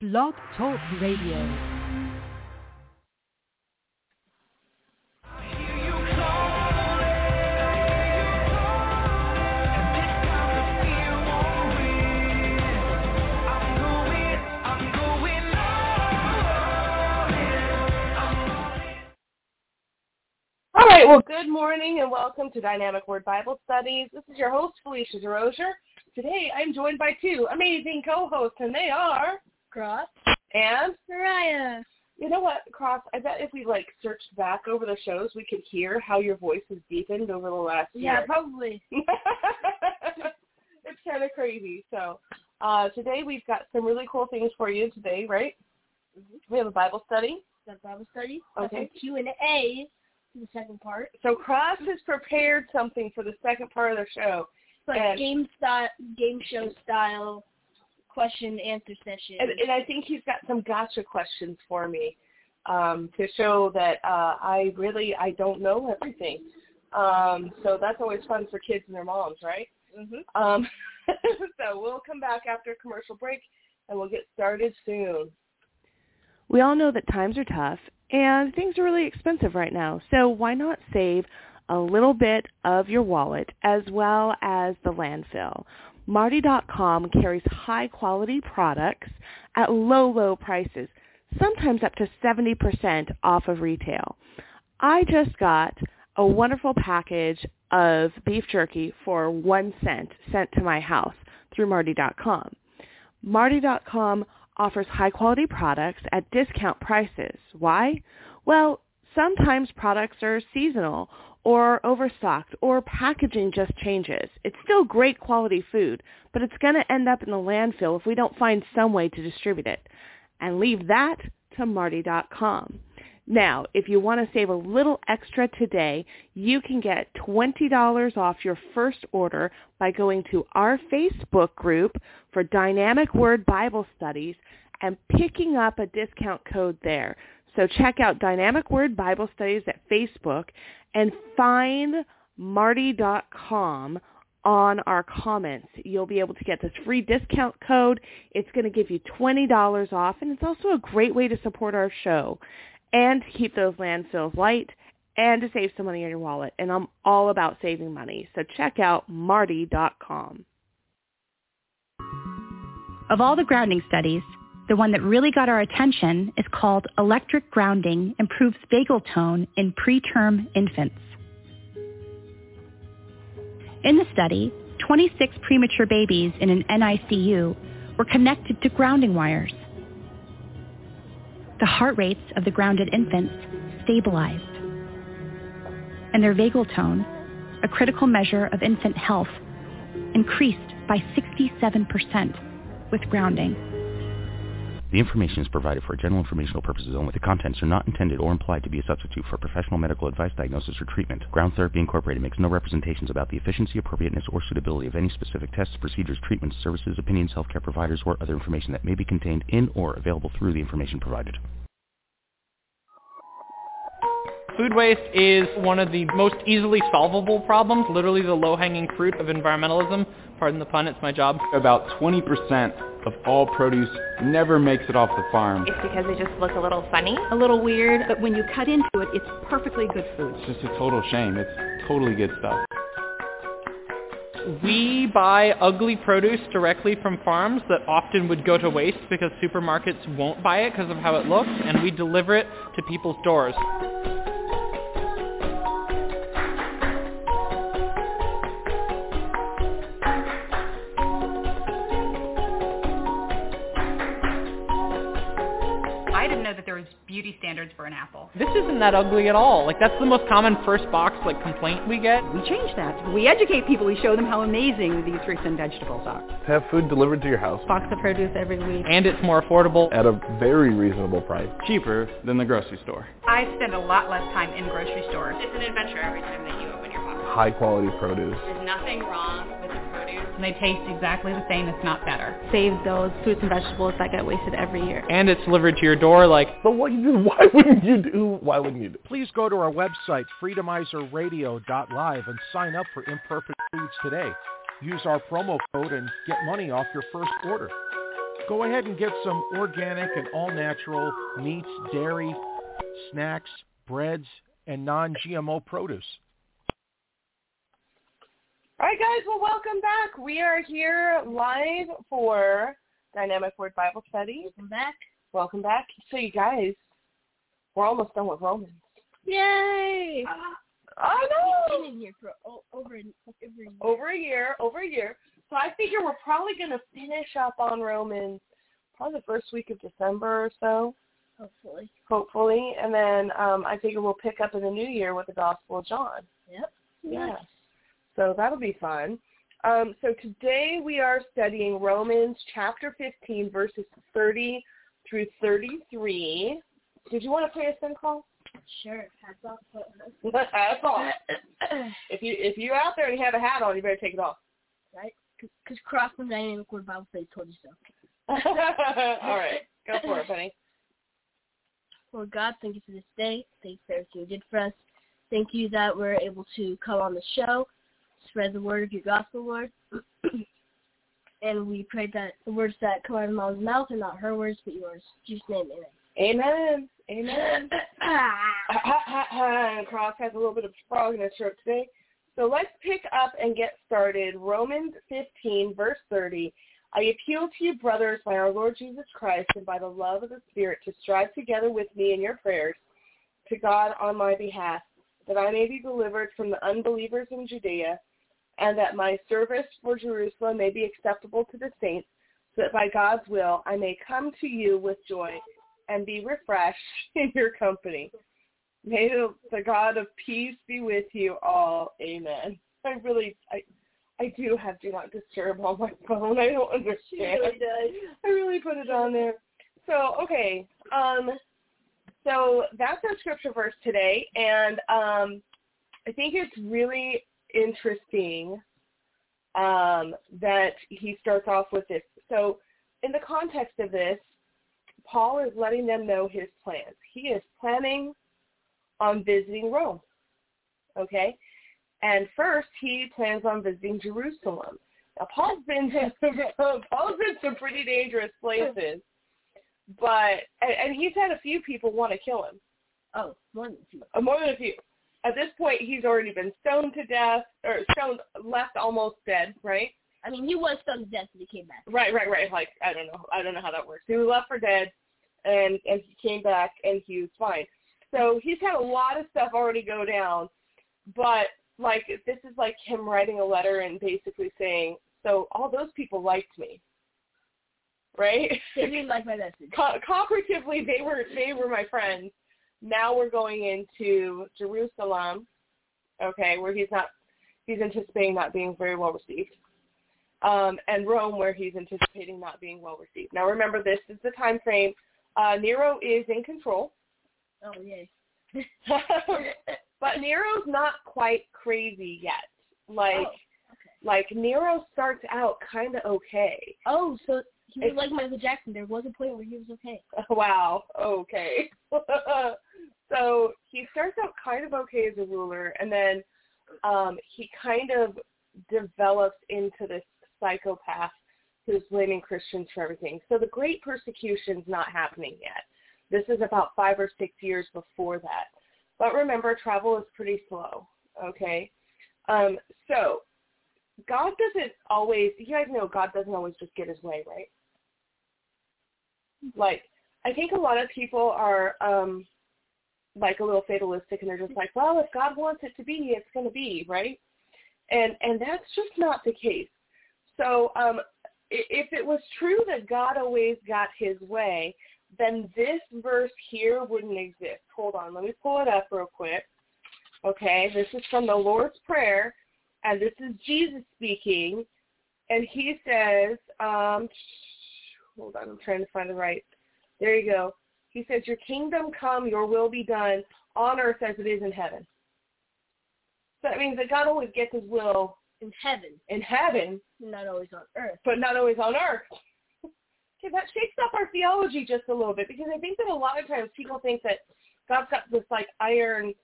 Blog Talk Radio. All right, well, good morning and welcome to Dynamic Word Bible Studies. This is your host, Felicia DeRozier. Today I'm joined by two amazing co-hosts, and they are Cross. and Mariah. You know what, Cross? I bet if we like searched back over the shows, we could hear how your voice has deepened over the last Yeah, year. probably. it's kind of crazy. So uh, today we've got some really cool things for you today, right? We have a Bible study. The Bible study. Okay. That's a Q and A. The second part. So Cross has prepared something for the second part of the show. It's like And- game style, game show style question answer session. And, and I think he's got some gotcha questions for me um, to show that uh, I really I don't know everything. Um, so that's always fun for kids and their moms, right? Mm-hmm. Um, so we'll come back after a commercial break and we'll get started soon. We all know that times are tough and things are really expensive right now, so why not save a little bit of your wallet as well as the landfill? Marty.com carries high quality products at low, low prices, sometimes up to 70% off of retail. I just got a wonderful package of beef jerky for one cent sent to my house through Marty.com. Marty.com offers high-quality products at discount prices. Why? Well, sometimes products are seasonal or overstocked or packaging just changes. It's still great quality food, but it's going to end up in the landfill if we don't find some way to distribute it. And leave that to Marty.com. Now, if you want to save a little extra today, you can get $20 off your first order by going to our Facebook group for Dynamic Word Bible Studies and picking up a discount code there. So check out Dynamic Word Bible Studies at Facebook and find marty.com on our comments. You'll be able to get this free discount code. It's going to give you $20 off, and it's also a great way to support our show and to keep those landfills light and to save some money in your wallet. And I'm all about saving money. So check out marty.com. Of all the grounding studies, the one that really got our attention is called Electric Grounding Improves Vagal Tone in Preterm Infants. In the study, 26 premature babies in an NICU were connected to grounding wires. The heart rates of the grounded infants stabilized, and their vagal tone, a critical measure of infant health, increased by 67% with grounding. The information is provided for general informational purposes only. The contents are not intended or implied to be a substitute for professional medical advice, diagnosis, or treatment. Ground Therapy Incorporated makes no representations about the efficiency, appropriateness, or suitability of any specific tests, procedures, treatments, services, opinions, healthcare providers, or other information that may be contained in or available through the information provided. Food waste is one of the most easily solvable problems, literally the low-hanging fruit of environmentalism. Pardon the pun, it's my job. About 20% of all produce never makes it off the farm. It's because they just look a little funny, a little weird, but when you cut into it, it's perfectly good food. It's just a total shame. It's totally good stuff. We buy ugly produce directly from farms that often would go to waste because supermarkets won't buy it because of how it looks, and we deliver it to people's doors. I didn't know that there was beauty standards for an apple. This isn't that ugly at all. Like that's the most common first box like complaint we get. We change that. We educate people. We show them how amazing these fruits and vegetables are. Have food delivered to your house Box of produce every week. And it's more affordable. at a very reasonable price. Cheaper than the grocery store. I spend a lot less time in grocery stores. It's an adventure every time that you open your box. High quality produce. There's nothing wrong with the produce. And they taste exactly the same, if not better. Save those fruits and vegetables that get wasted every year. And it's delivered to your door like But what, why wouldn't you do? Why wouldn't you do? Please go to our website, freedomizerradio.live, and sign up for Imperfect Foods today. Use our promo code and get money off your first order. Go ahead and get some organic and all-natural meats, dairy, snacks, breads, and non-GMO produce. All right, guys. Well, welcome back. We are here live for Dynamic Word Bible Study. Welcome back. Welcome back. So, you guys, we're almost done with Romans. Yay! Oh. I know. We've been in here for o- over an- over Over a year. a year. Over a year. So I figure we're probably going to finish up on Romans probably the first week of December or so, hopefully. hopefully, and then um, I figure we'll pick up in the new year with the Gospel of John. Yep. Yeah. So that'll be fun. Um, so today we are studying Romans chapter 15, verses 30 through 33. Did you want to play a sin call? Sure. Hats off. uh, That's all. If you if you're out there and you have a hat on, you better take it off. right? Because Crossland Dynamic Word Bible Study told you so. all right, go for it, buddy. Lord God, thank you for this day. Thank you for everything you did for us. Thank you that we're able to come on the show, spread the word of your gospel, Lord. and we pray that the words that come out of Mom's mouth are not her words, but yours. In Jesus' name, Amen. amen. Amen. Cross has a little bit of frog in his throat today. So let's pick up and get started. Romans 15, verse 30. I appeal to you, brothers, by our Lord Jesus Christ and by the love of the Spirit, to strive together with me in your prayers to God on my behalf, that I may be delivered from the unbelievers in Judea, and that my service for Jerusalem may be acceptable to the saints, so that by God's will I may come to you with joy and be refreshed in your company. May the, the God of peace be with you all. Amen. I really, I, I do have Do Not Disturb on my phone. I don't understand. I really put it on there. So, okay. Um, so that's our scripture verse today. And um, I think it's really interesting um, that he starts off with this. So in the context of this, Paul is letting them know his plans. He is planning on visiting Rome. Okay? And first, he plans on visiting Jerusalem. Now, Paul's been to some, Paul's been to some pretty dangerous places, but and, and he's had a few people want to kill him. Oh, more than two. Uh, More than a few. At this point, he's already been stoned to death, or stoned, left almost dead, right? I mean, he was stoned to death when he came back. Right, right, right. Like I don't know, I don't know how that works. He was left for dead, and and he came back and he was fine. So he's had a lot of stuff already go down, but like this is like him writing a letter and basically saying, so all those people liked me, right? They didn't like my message. Co- comparatively, they were they were my friends. Now we're going into Jerusalem, okay, where he's not he's anticipating not being very well received um, and Rome, where he's anticipating not being well received. Now, remember, this is the time frame. Uh, Nero is in control, Oh, yay. but Nero's not quite crazy yet. Like, Oh, like Nero starts out kind of okay. Oh, so he was It- like Michael Jackson. There was a point where he was okay. Wow. Okay. so he starts out kind of okay as a ruler, and then um, he kind of develops into this psychopath who's blaming Christians for everything. So the Great Persecution's not happening yet. This is about five or six years before that. But remember, travel is pretty slow. Okay. Um, so God doesn't always. You guys know God doesn't always just get his way, right? like I think a lot of people are um like a little fatalistic and they're just like, well, if God wants it to be, it's going to be, right? And and that's just not the case. So, um i- if it was true that God always got his way, then this verse here wouldn't exist. Hold on, let me pull it up real quick. Okay, this is from the Lord's Prayer, and this is Jesus speaking, and he says, um, hold on, I'm trying to find the right. There you go. He says, "Your kingdom come, your will be done on earth as it is in heaven." So that means that God always gets His will In heaven, in heaven, not always on earth. but not always on earth. okay, that shakes up our theology just a little bit because I think that a lot of times people think that God's got this like iron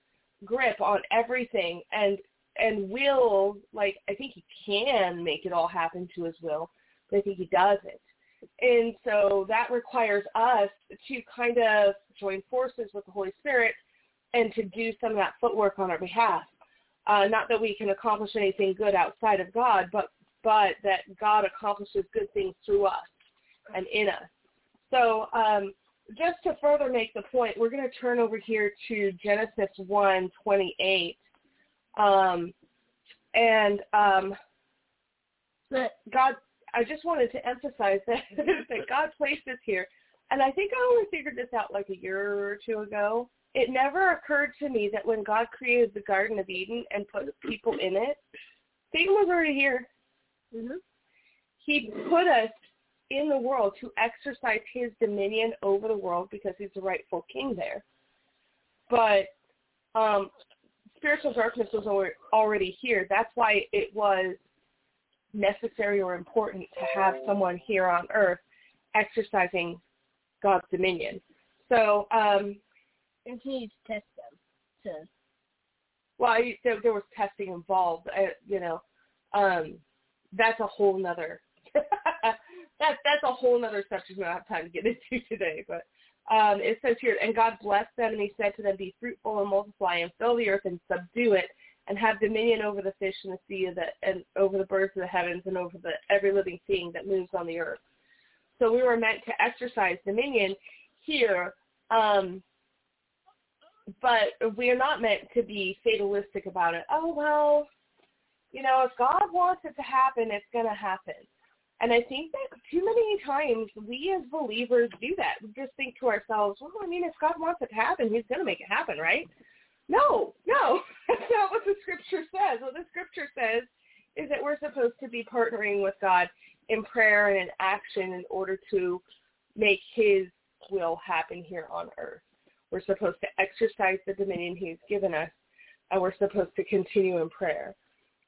grip on everything and and will like I think he can make it all happen to his will, but I think he doesn't. And so that requires us to kind of join forces with the Holy Spirit and to do some of that footwork on our behalf. Uh, not that we can accomplish anything good outside of God, but but that God accomplishes good things through us and in us. So um, just to further make the point, we're going to turn over here to Genesis 1, 28. Um, and um, that God, I just wanted to emphasize that, that God placed us here. And I think I only figured this out like a year or two ago. It never occurred to me that when God created the Garden of Eden and put people in it, Satan was already here. Mm-hmm. He put us in the world to exercise his dominion over the world because he's the rightful king there. But um, spiritual darkness was alre- already here. That's why it was necessary or important to have someone here on earth exercising God's dominion. So, um, and he needs to test them. To well, I, there, there was testing involved. I, you know, um, that's a whole nother that that's a whole other subject we don't have time to get into today. But um, it says here, and God blessed them, and He said to them, Be fruitful and multiply, and fill the earth and subdue it, and have dominion over the fish in the sea, of the, and over the birds of the heavens, and over the every living thing that moves on the earth. So we were meant to exercise dominion here, um, but we are not meant to be fatalistic about it. Oh well, you know, if God wants it to happen, it's going to happen. And I think that too many times we as believers do that. We just think to ourselves, well, I mean, if God wants it to happen, he's going to make it happen, right? No, no, that's not what the scripture says. What the scripture says is that we're supposed to be partnering with God in prayer and in action in order to make his will happen here on earth. We're supposed to exercise the dominion he's given us, and we're supposed to continue in prayer.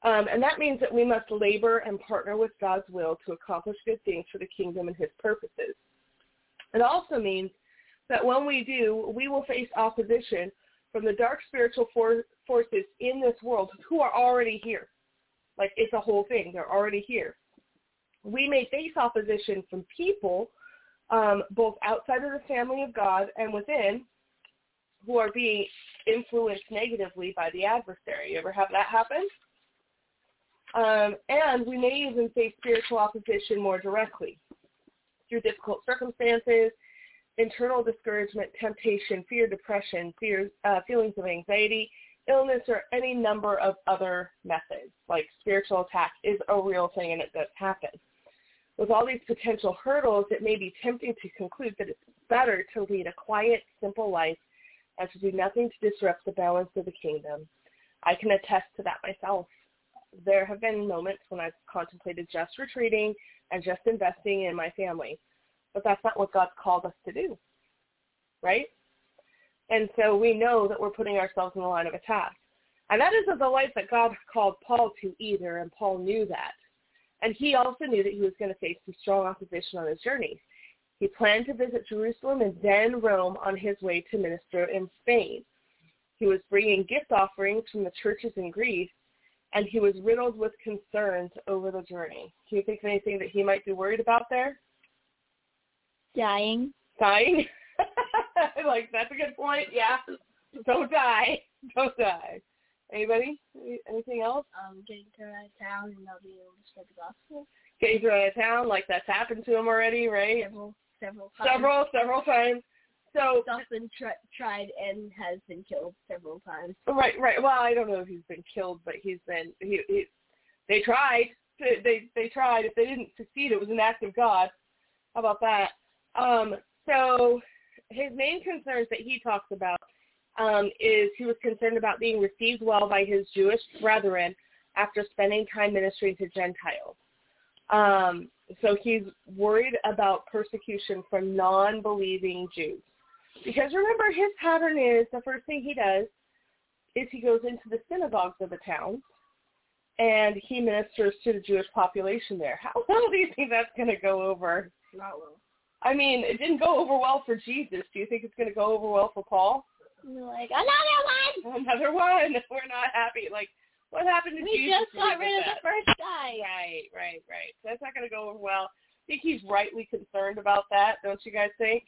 Um, and that means that we must labor and partner with God's will to accomplish good things for the kingdom and his purposes. It also means that when we do, we will face opposition from the dark spiritual for- forces in this world who are already here. Like it's a whole thing. They're already here. We may face opposition from people, um, both outside of the family of God and within, who are being influenced negatively by the adversary. You ever have that happen? Um, and we may even face spiritual opposition more directly through difficult circumstances, internal discouragement, temptation, fear, depression, fears, uh, feelings of anxiety, illness, or any number of other methods. Like spiritual attack is a real thing and it does happen. With all these potential hurdles, it may be tempting to conclude that it's better to lead a quiet, simple life and to do nothing to disrupt the balance of the kingdom. I can attest to that myself there have been moments when I've contemplated just retreating and just investing in my family. But that's not what God's called us to do, right? And so we know that we're putting ourselves in the line of attack. And that isn't the life that God called Paul to either, and Paul knew that. And he also knew that he was going to face some strong opposition on his journey. He planned to visit Jerusalem and then Rome on his way to minister in Spain. He was bringing gift offerings from the churches in Greece, and he was riddled with concerns over the journey. Do you think of anything that he might be worried about there? Dying. Dying? like, that's a good point. Yeah. Don't die. Don't die. Anybody? Anything else? Um, getting thrown out of town and not being able to spread the gospel. Getting thrown out of town, like that's happened to him already, right? Several, several times. Several, several times. So stuff been tri- tried and has been killed several times. Right, right. Well, I don't know if he's been killed, but he's been he. he they tried. They, they they tried. If they didn't succeed, it was an act of God. How about that? Um, so his main concerns that he talks about um, is he was concerned about being received well by his Jewish brethren after spending time ministering to Gentiles. Um, so he's worried about persecution from non-believing Jews. Because remember, his pattern is the first thing he does is he goes into the synagogues of the towns and he ministers to the Jewish population there. How well do you think that's going to go over? Not well. I mean, it didn't go over well for Jesus. Do you think it's going to go over well for Paul? You're like another one, another one. We're not happy. Like, what happened to we Jesus? We just got rid of that? the first guy. Right, right, right. So that's not going to go over well. think he's rightly concerned about that, don't you guys think?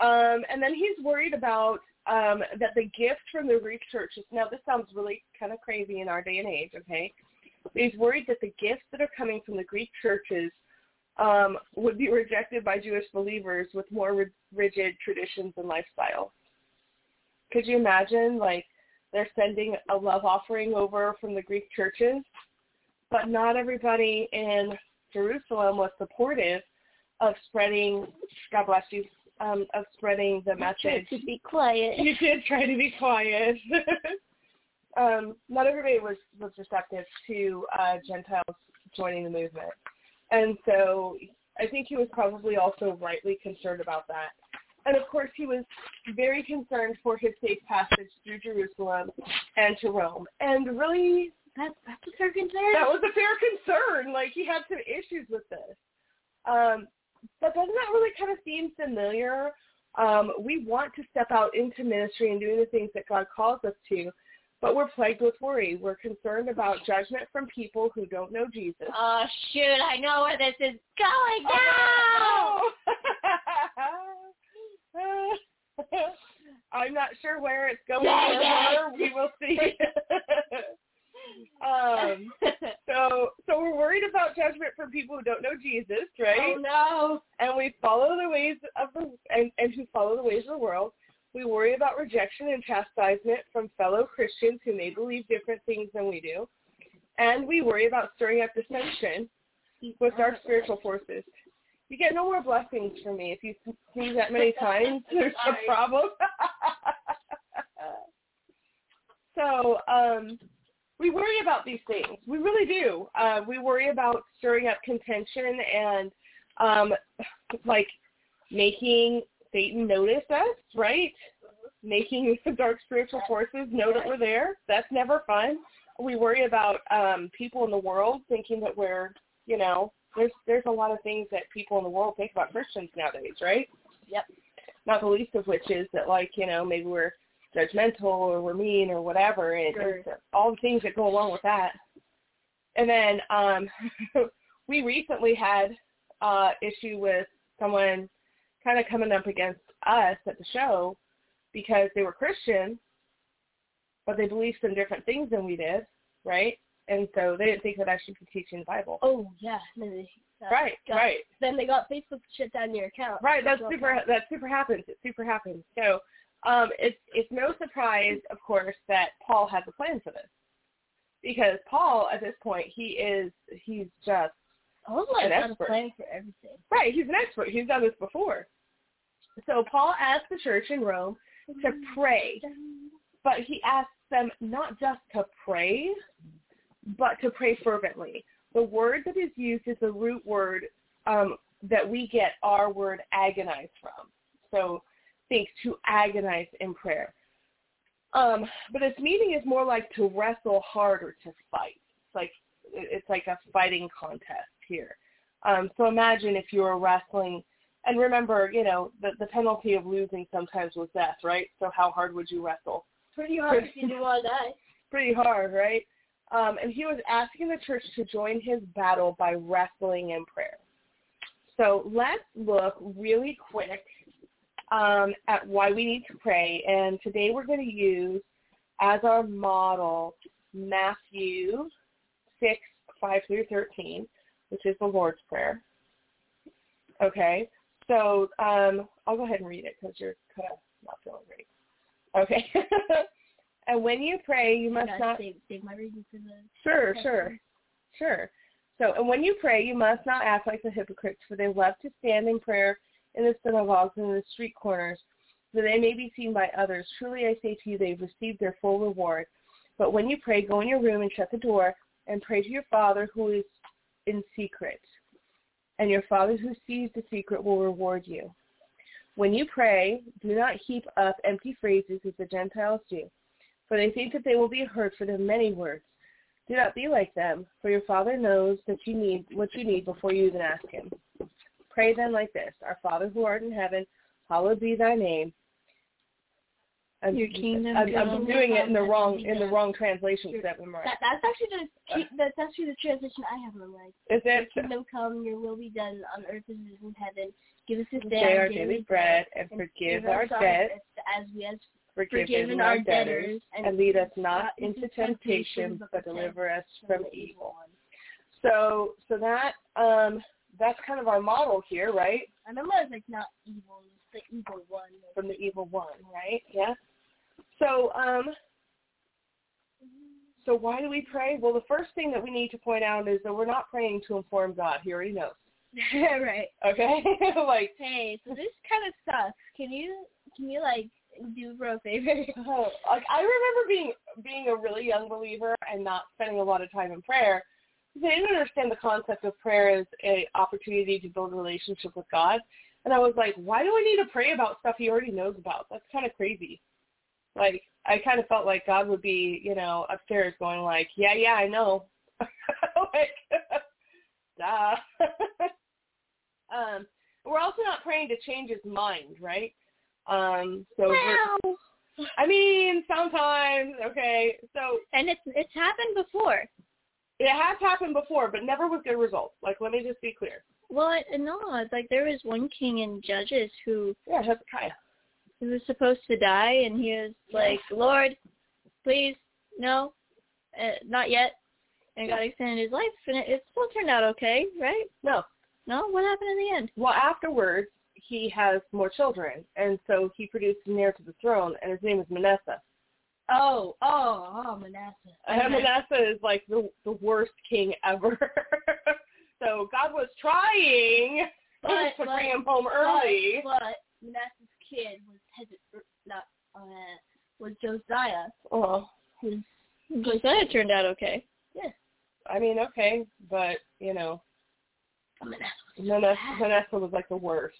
Um, and then he's worried about um, that the gift from the research is now this sounds really kind of crazy in our day and age, okay? He's worried that the gifts that are coming from the Greek churches um, would be rejected by Jewish believers with more ri- rigid traditions and lifestyle. Could you imagine, like, they're sending a love offering over from the Greek churches, but not everybody in Jerusalem was supportive of spreading, God bless you, um, of spreading the message. to be quiet. You did try to be quiet. um, not everybody was, was receptive to uh, Gentiles joining the movement. And so I think he was probably also rightly concerned about that. And of course, he was very concerned for his safe passage through Jerusalem and to Rome. And really, that, that's a fair concern. that was a fair concern. Like, he had some issues with this. Um, but doesn't that really kind of seem familiar? Um, we want to step out into ministry and doing the things that God calls us to, but we're plagued with worry. We're concerned about judgment from people who don't know Jesus. Oh shoot! I know where this is going Oh, now. I'm not sure where it's going. Dang it! However, We will see. um, so, so we're worried about judgment from people who don't know Jesus, right? Oh And we follow the ways of the and, and who follow the ways of the world. We worry about rejection and chastisement from fellow Christians who may believe different things than we do, and we worry about stirring up dissension no! with our spiritual forces. You get no more blessings from me if you sneeze that many times. There's Sorry. a problem. so um, we worry about these things. We really do. Uh, we worry about stirring up contention and um, like making Satan notice us, right? Making the dark spiritual forces know that we're there. That's never fun. We worry about um, people in the world thinking that we're, you know, there's there's a lot of things that people in the world think about Christians nowadays, right? Yep. Not the least of which is that like, you know, maybe we're judgmental or we're mean or whatever and Sure. and all the things that go along with that. And then um we recently had uh issue with someone kind of coming up against us at the show because they were Christian but they believed some different things than we did, right? And so they didn't think that I should be teaching the Bible. Oh yeah. No, they- uh, right, got- right. Then they got Facebook shut down your account. Right, that's super. That super happens. It super happens. So um, it's it's no surprise, of course, that Paul has a plan for this because Paul, at this point, he is he's just Oh my an God! expert. Plan for everything. right. He's an expert. He's done this before. So Paul asked the church in Rome to pray, but he asked them not just to pray, but to pray fervently. The word that is used is the root word um, that we get our word agonize from. So think to agonize in prayer. Um, but its meaning is more like to wrestle hard or to fight. It's like it's like a fighting contest here. Um, so imagine if you were wrestling, and remember, you know, the, the penalty of losing sometimes was death, right? So how hard would you wrestle? Pretty hard if you do all that. pretty hard, right? Um, and he was asking the church to join his battle by wrestling in prayer. So let's look really quick um, at why we need to pray. And today we're going to use as our model Matthew 6, 5 through 13, which is the Lord's Prayer. Okay, so um, I'll go ahead and read it because you're kind of not feeling great. Okay. and when you pray, you must Gotta not save, save my reading for the. Sure, Okay. sure, sure. So, and when you pray, you must not act like the hypocrites, for they love to stand in prayer in the synagogues and in the street corners, so they may be seen by others. Truly, I say to you, they've received their full reward. But when you pray, go in your room and shut the door, and pray to your Father who is in secret. And your Father who sees the secret will reward you. When you pray, do not heap up empty phrases as the Gentiles do, for they think that they will be heard for their many words. Do not be like them, for your Father knows that you need what you need before you even ask Him. Pray then like this: Our Father who art in heaven, hallowed be Thy name. I'm, Your kingdom I'm, I'm come, doing it in the your wrong kingdom in the wrong translation because I've memorized. That, that's actually the that's actually the translation I have memorized. Is Your it? kingdom come, your will be done on earth as it is in heaven. Give us this Today day our our daily daily bread, and forgive forgive our us our debts, as we have Forgiven, our debtors, and lead us not into temptation, but deliver us from evil. So, so that um, that's kind of our model here, right? I remember I was like not evil, it's the evil one. From the evil one, right? Yeah. So, um, so why do we pray? Well, the first thing that we need to point out is that we're not praying to inform God. He already knows. right. Okay. like, hey, so this kind of sucks. Can you can you like do bro a favor? Oh, like I remember being being a really young believer and not spending a lot of time in prayer. They didn't understand the concept of prayer as an opportunity to build a relationship with God. And I was like, why do I need to pray about stuff he already knows about? That's kind of crazy. Like, I kind of felt like God would be, you know, upstairs going like, yeah, yeah, I know. like, duh. um, we're also not praying to change his mind, right? Um, so we're- I mean, sometimes, okay. So and it's it's happened before. It has happened before, but never with good results. Like, let me just be clear. Well, it, no, it's like there was one king in Judges who yeah, Hezekiah, who was supposed to die, and he was like, "Lord, please, no, uh, not yet." And God extended his life, and it, it still turned out okay, right? No, no. What happened in the end? Well, afterwards, he has more children, and so he produced an heir to the throne, and his name is Manasseh. Oh, oh, oh, Manasseh. And Manasseh is like the the worst king ever. so God was trying But- to but- bring him home early. But, but Manasseh's kid was Hezek, not uh, was Josiah. Oh, his Josiah turned out okay. Yeah. I mean, okay, but you know, Vanessa, Vanessa was like the worst.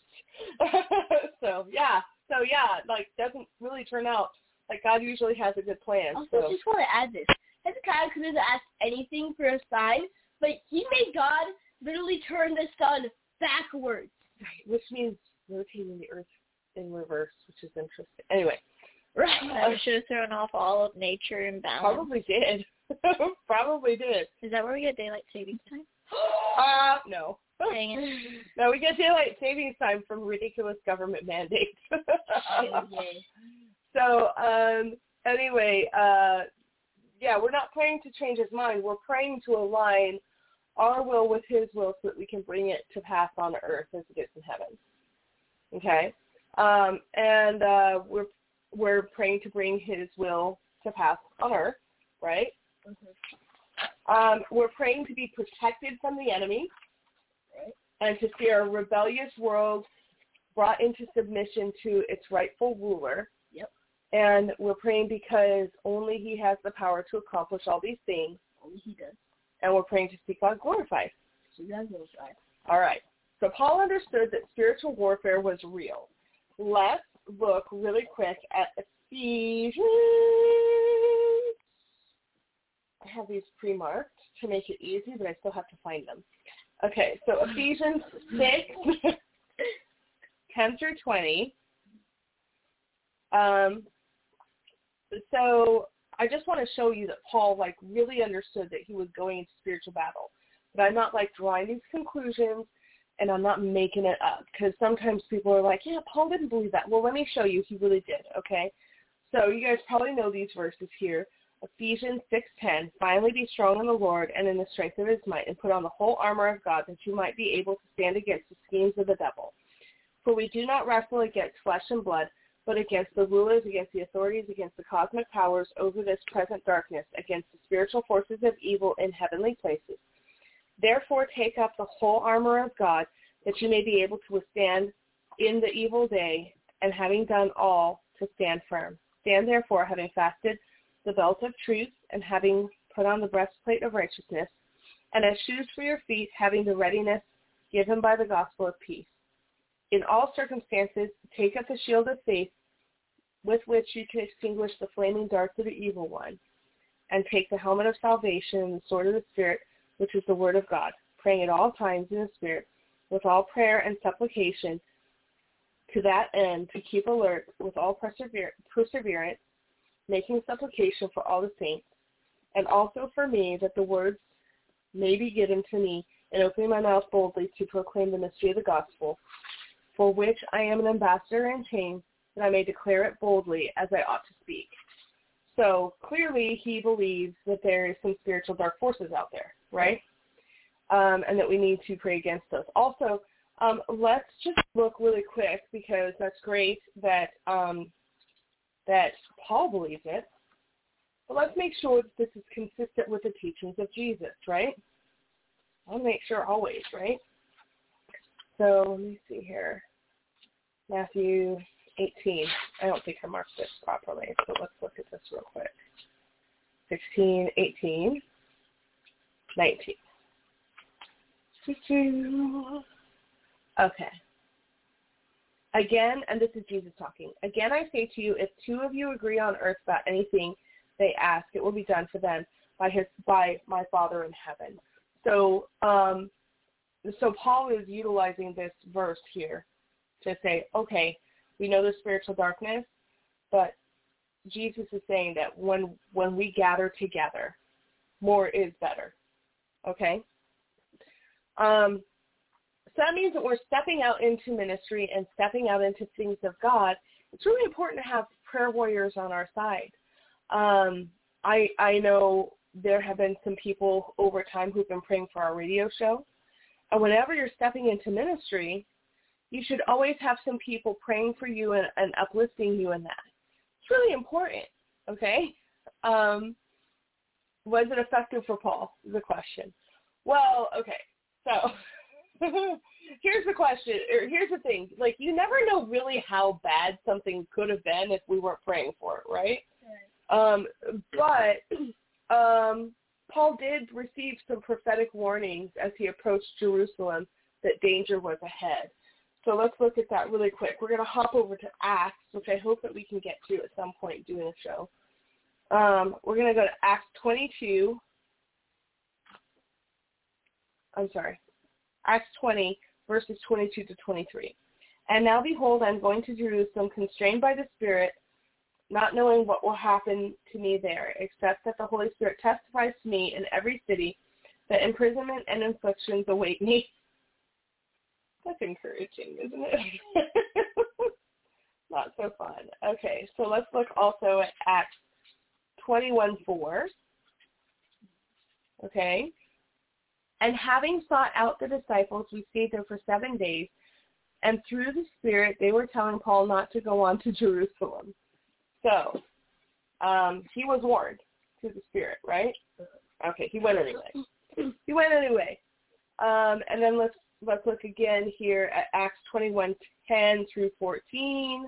so yeah, so yeah, like doesn't really turn out. Like God usually has a good plan. Also, so just want to add this. Hezekiah could have asked anything for a sign, but he made God literally turn the sun backwards. which means rotating the earth in reverse, which is interesting. Anyway, I Oh, should have thrown off all of nature and Oh. balance. Probably did. Probably did. Is that where we get daylight savings time? uh, no. Oh, Dang it. No, we get daylight savings time from ridiculous government mandates. Oh, so, um, anyway, uh, yeah, we're not praying to change his mind. We're praying to align our will with his will so that we can bring it to pass on earth as it is in heaven. Okay? Um, and uh, we're, we're praying to bring his will to pass on earth, right? Um, we're praying to be protected from the enemy and to see our rebellious world brought into submission to its rightful ruler. Yep. And we're praying because only he has the power to accomplish all these things. Only he does. And we're praying to see God glorified. So you guys know what's right. All right. So Paul understood that spiritual warfare was real. Let's look really quick at Ephesians. I have these pre-marked to make it easy, but I still have to find them. Okay, so Ephesians 6, 10 through 20. Um, so I just want to show you that Paul like really understood that he was going into spiritual battle. But I'm not like drawing these conclusions and I'm not making it up because sometimes people are like, yeah, Paul didn't believe that. Well, let me show you. He really did. Okay. So you guys probably know these verses here. Ephesians 6:10 Finally be strong in the Lord and in the strength of his might and put on the whole armor of God that you might be able to stand against the schemes of the devil. For we do not wrestle against flesh and blood, but against the rulers, against the authorities, against the cosmic powers over this present darkness, against the spiritual forces of evil in heavenly places. Therefore take up the whole armor of God that you may be able to withstand in the evil day, and having done all, to stand firm. Stand therefore, having fasted the belt of truth, and having put on the breastplate of righteousness, and as shoes for your feet, having the readiness given by the gospel of peace. In all circumstances, take up the shield of faith with which you can extinguish the flaming darts of the evil one, and take the helmet of salvation and the sword of the Spirit, which is the word of God, praying at all times in the Spirit, with all prayer and supplication. To that end, to keep alert with all persever- perseverance, making supplication for all the saints, and also for me, that the words may be given to me, and opening my mouth boldly to proclaim the mystery of the gospel, for which I am an ambassador in chains, that I may declare it boldly as I ought to speak. So clearly, he believes that there is some spiritual dark forces out there, right? Um, and that we need to pray against those. Also, um, let's just look really quick because that's great that um, that Paul believes it. But let's make sure that this is consistent with the teachings of Jesus, right? I'll make sure always, right? So let me see here. Matthew 18. I don't think I marked this properly, so let's look at this real quick. 16, 18, 19. Doo-doo. Okay. Again, and this is Jesus talking. Again, I say to you, if two of you agree on earth about anything they ask, it will be done for them by his by my Father in heaven. So, um, so Paul is utilizing this verse here to say, okay, we know the spiritual darkness, but Jesus is saying that when when we gather together, more is better. Okay. Um, so that means that we're stepping out into ministry and stepping out into things of God. It's really important to have prayer warriors on our side. Um, I I know there have been some people over time who've been praying for our radio show, and whenever you're stepping into ministry, you should always have some people praying for you and, and uplifting you in that. It's really important. Okay, um, was it effective for Paul? Is the question. Well, okay, so. here's the question or here's the thing like you never know really how bad something could have been if we weren't praying for it right, um but um paul did receive some prophetic warnings as he approached jerusalem that danger was ahead so let's look at that really quick we're going to hop over to acts which i hope that we can get to at some point doing a show um we're going to go to acts 22 i'm sorry Acts 20, verses 22 to 23. And now behold, I'm going to Jerusalem, constrained by the Spirit, not knowing what will happen to me there, except that the Holy Spirit testifies to me in every city that imprisonment and afflictions await me. That's encouraging, isn't it? not so fun. Okay, so let's look also at Acts 21.4. Okay, and having sought out the disciples, we stayed there for seven days. And through the Spirit, they were telling Paul not to go on to Jerusalem. So um, he was warned through the Spirit, right? Okay, he went anyway. He went anyway. Um, and then let's let's look again here at Acts 21:10 through 14.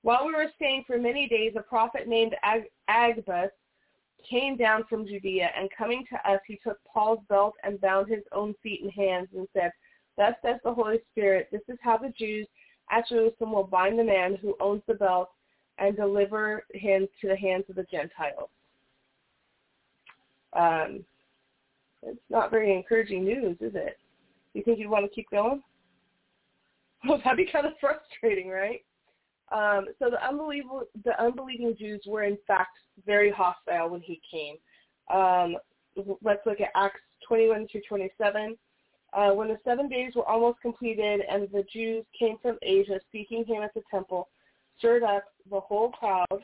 While we were staying for many days, a prophet named Ag- Agabus came down from Judea, and coming to us, he took Paul's belt and bound his own feet and hands, and said, Thus says the Holy Spirit, this is how the Jews at Jerusalem will bind the man who owns the belt and deliver him to the hands of the Gentiles. Um, it's not very encouraging news, is it? You think you'd want to keep going? Well, that'd be kind of frustrating, right? Um, so the unbelievable, the unbelieving Jews were in fact very hostile when he came. Um, let's look at Acts 21 through 27. Uh, when the seven days were almost completed and the Jews came from Asia seeking him at the temple, stirred up the whole crowd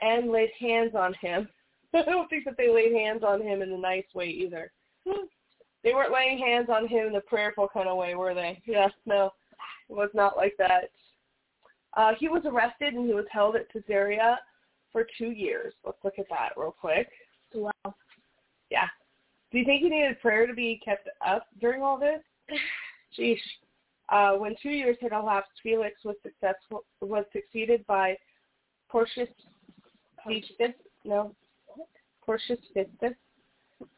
and laid hands on him. I don't think that they laid hands on him in a nice way either. They weren't laying hands on him in a prayerful kind of way, were they? Yes, no, it was not like that. Uh, he was arrested and he was held at Caesarea for two years. Let's look at that real quick. Wow. Yeah. Do you think he needed prayer to be kept up during all this? Sheesh. Uh, when two years had elapsed, Felix was successful was succeeded by Porcius Festus. No, Porcius Festus.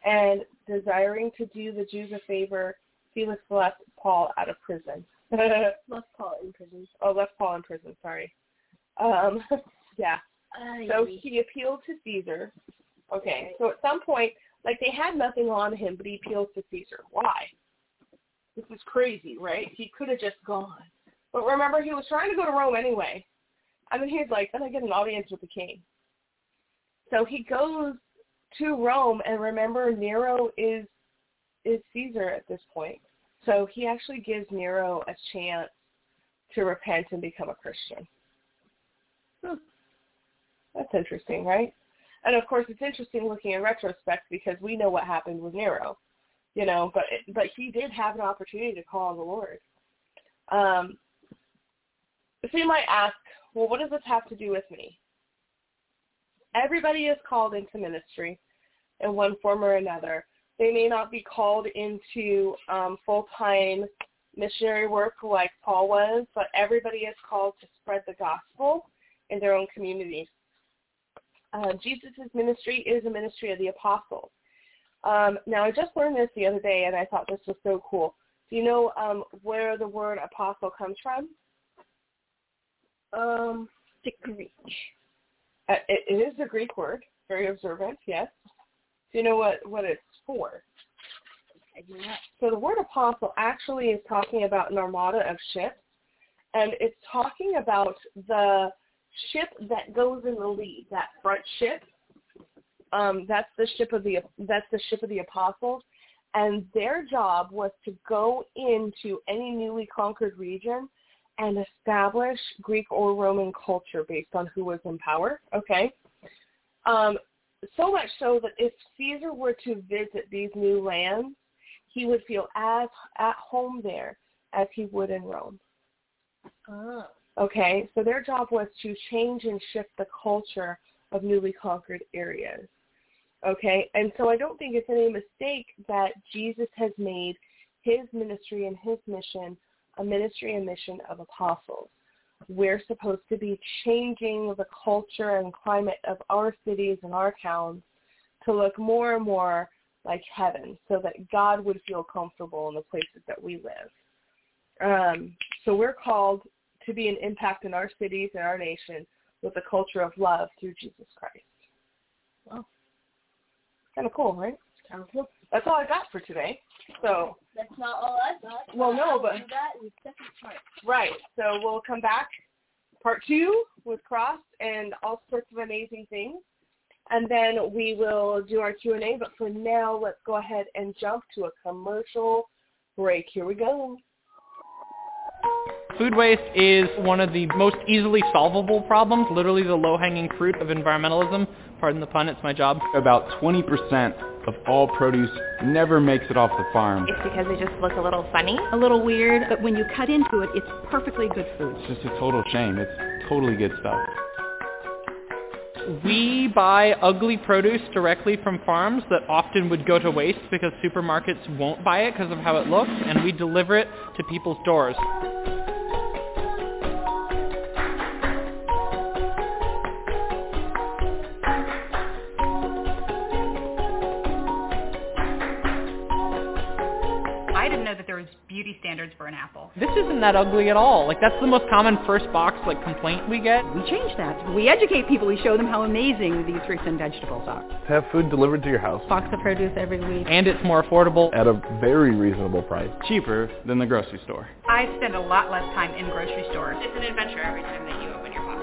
And desiring to do the Jews a favor, Felix left Paul out of prison. left Paul in prison. Oh, left Paul in prison. Sorry. Um, yeah. Aye. So he appealed to Caesar. Okay. So at some point, like they had nothing on him, but he appeals to Caesar. Why? This is crazy, right? He could have just gone. But remember, he was trying to go to Rome anyway. I mean, he's like, then I get an audience with the king. So he goes to Rome, and remember, Nero is is Caesar at this point. So he actually gives Nero a chance to repent and become a Christian. That's interesting, right? And of course, it's interesting looking in retrospect because we know what happened with Nero, you know. But but he did have an opportunity to call on the Lord. Um, so you might ask, well, what does this have to do with me? Everybody is called into ministry in one form or another. They may not be called into um, full-time missionary work like Paul was, but everybody is called to spread the gospel in their own communities. Uh, Jesus' ministry is a ministry of the apostles. Um, now, I just learned this the other day, and I thought this was so cool. Do you know um, where the word apostle comes from? Um, the Greek. Uh, it, it is a Greek word. Very observant, yes. Do you know what, what it's for? I do not. So the word apostle actually is talking about an armada of ships, and it's talking about the ship that goes in the lead, that front ship. Um, that's the ship of the that's the ship of the apostles, and their job was to go into any newly conquered region and establish Greek or Roman culture based on who was in power. Okay, um, so much so that if Caesar were to visit these new lands, he would feel as at home there as he would in Rome. Oh. Okay, so their job was to change and shift the culture of newly conquered areas. Okay, and so I don't think it's any mistake that Jesus has made his ministry and his mission a ministry and mission of apostles. We're supposed to be changing the culture and climate of our cities and our towns to look more and more like heaven so that God would feel comfortable in the places that we live. Um, so we're called to be an impact in our cities and our nation with a culture of love through Jesus Christ. Wow. Kind of cool, right? Kind of cool. That's all I got for today. So, That's not all I got. Well, no, I'll but- do that in the second part. right. So we'll come back part two with Cross and all sorts of amazing things. And then we will do our Q&A. But for now, let's go ahead and jump to a commercial break. Here we go. Food waste is one of the most easily solvable problems, literally the low-hanging fruit of environmentalism. Pardon the pun, it's my job. About 20% of all produce never makes it off the farm. It's because they just look a little funny, a little weird, but when you cut into it, it's perfectly good food. It's just a total shame. It's totally good stuff. We buy ugly produce directly from farms that often would go to waste because supermarkets won't buy it because of how it looks, and we deliver it to people's doors. I didn't know that there was beauty standards for an apple. This isn't that ugly at all. Like that's the most common first box like complaint we get. We change that. We educate people. We show them how amazing these fruits and vegetables are. Have food delivered to your house Box of produce every week. And it's more affordable. at a very reasonable price. Cheaper than the grocery store. I spend a lot less time in grocery stores. It's an adventure every time that you open your box.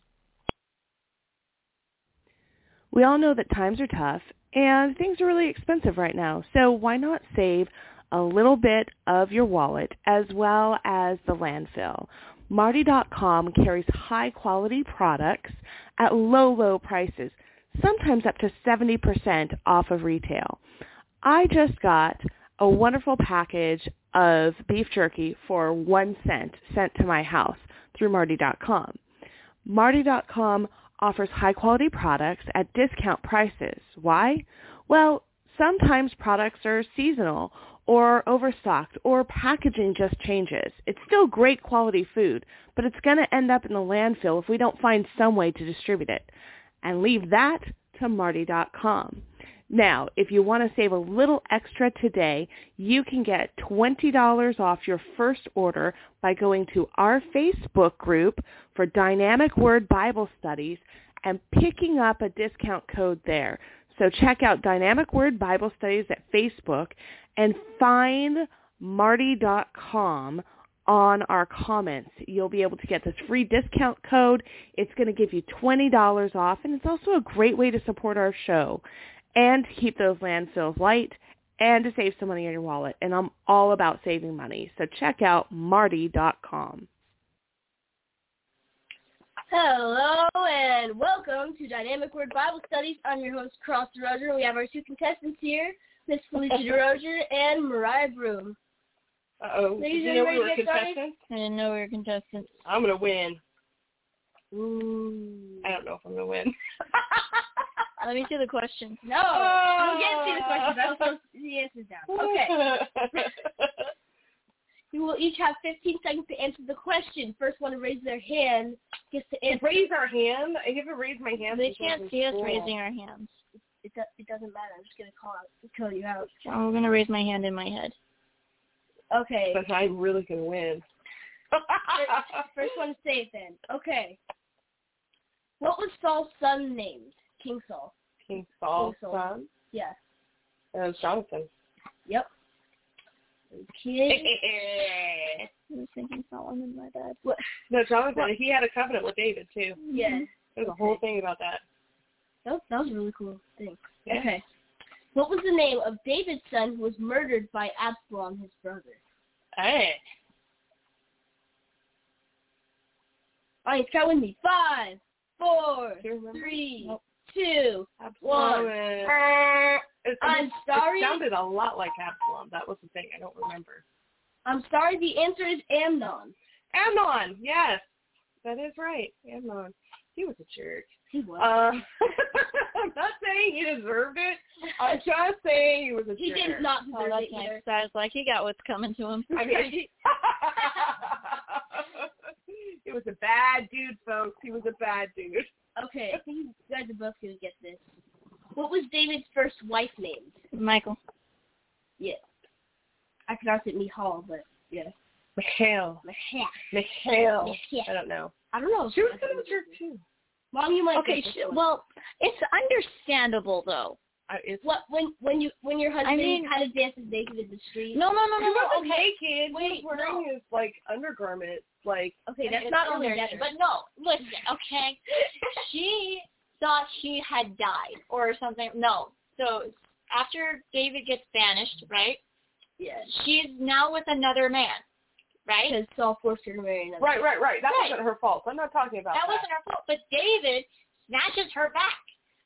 We all know that times are tough and things are really expensive right now. So why not save a little bit of your wallet as well as the landfill? Marty.com carries high quality products at low, low prices, sometimes up to 70% off of retail. I just got a wonderful package of beef jerky for one cent sent to my house through Marty.com. Marty.com offers high quality products at discount prices. Why? Well, sometimes products are seasonal or overstocked or packaging just changes. It's still great quality food, but it's going to end up in the landfill if we don't find some way to distribute it. And leave that to Marty.com. Now, if you want to save a little extra today, you can get $20 off your first order by going to our Facebook group for Dynamic Word Bible Studies and picking up a discount code there. So check out Dynamic Word Bible Studies at Facebook and find marty.com on our comments. You'll be able to get this free discount code. It's going to give you $20 off, and it's also a great way to support our show and to keep those landfills light and to save some money in your wallet. And I'm all about saving money. So check out marty.com. Hello and welcome to Dynamic Word Bible Studies. I'm your host, Cross DeRozier. We have our two contestants here, Miss Felicia DeRozier and Mariah Broom. Uh-oh. Did Ladies you and know ready we to were get started? contestants? I didn't know we were contestants. I'm going to win. Ooh. I don't know if I'm going to win. Uh, Let me see the question. No, Oh. don't get to the questions. I was supposed to see the answers down. Okay. you will each have 15 seconds to answer the question. First one to raise their hand gets to answer. Raise our hand? I haven't raised my hand. They since I was can't in see us school. raising our hands. It, do- it doesn't matter. I'm just going to call out, call you out. So I'm gonna raise my hand in my head. Okay. But I'm really going to win. First one to say it then. Okay. What was Saul's son named? King Saul. King Saul's King Saul. son? Yeah. That was Jonathan. Yep. Okay. I was thinking Solomon, my bad. What? no, Jonathan, he had a covenant with David, too. Yeah. Mm-hmm. There's a whole thing about that. That was, that was a really cool thing. Yeah. Okay. What was the name of David's son who was murdered by Absalom, his brother? Hey. All right, count with me. Five, four, Do you remember? three, Nope. two, Absalom. one. and- Uh, It- I'm it sorry. sounded a lot like Absalom. That was the thing. I don't remember. I'm sorry, the answer is Amnon. Amnon. Yes, that is right. Amnon. He was a jerk. He was. Uh, I'm not saying he deserved it. Uh, I'm just saying he was a he jerk. did not Oh, deserve that's it nice. either. I was like, he got what's coming to him. I mean, he, he was a bad dude, folks. He was a bad dude. Okay, I think you guys are both going to get this. What was David's first wife named? Michael. Yeah. I pronounced it Mihal, but yeah. Michelle. Mihal. Michelle. Mihal. I don't know. I don't know. She was kind of a jerk too. Mom, you might Okay, get this sh- one. well, it's understandable though. I, it's, What when when you when your husband mean- kind of dances naked in the street? No, no, no, he no, no. wasn't Okay, naked. Wait, he was wearing his like undergarments, like Okay, I that's mean, not it's only under- that, but But no, listen. Okay, she thought she had died or something. No, so after David gets banished, right? yeah, She's now with another man, right? because Saul forced her to marry another. right, right, right. That Right. wasn't her fault. I'm not talking about That wasn't her fault. But David snatches her back.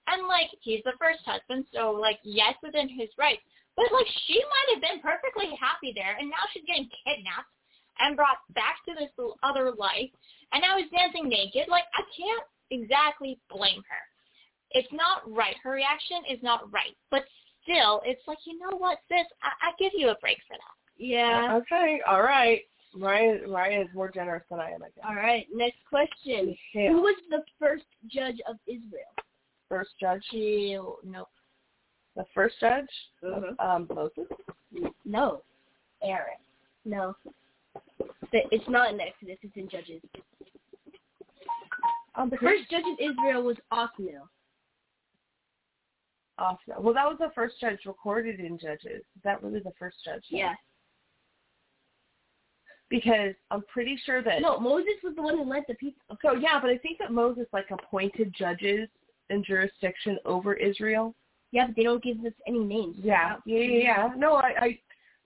And like he's the first husband, so like yes, within his rights. But like she might have been perfectly happy there, and now she's getting kidnapped and brought back to this l- other life, and now he's dancing naked. Like I can't exactly blame her. It's not right. Her reaction is not right. But still, it's like you know what, sis, I, I give you a break for that. Yeah. Okay, all right. Mariah, Mariah is more generous than I am, I guess. All right. Next question. Who Michelle, was the first judge of Israel? first judge, Ew, no. the first judge, Mhm. um, Moses. No, Aaron. No. Th- It's not in Exodus. It's in Judges. Um, The first judge of Israel was Othniel. off. Well, that was the first judge recorded in Judges. Is that really the first judge? though? Yeah. Because I'm pretty sure that. No, Moses was the one who led the people. So Oh, yeah, but I think that Moses like appointed judges in jurisdiction over Israel. Yeah, but they don't give us any names. Yeah, yeah, yeah. yeah. No, I, I.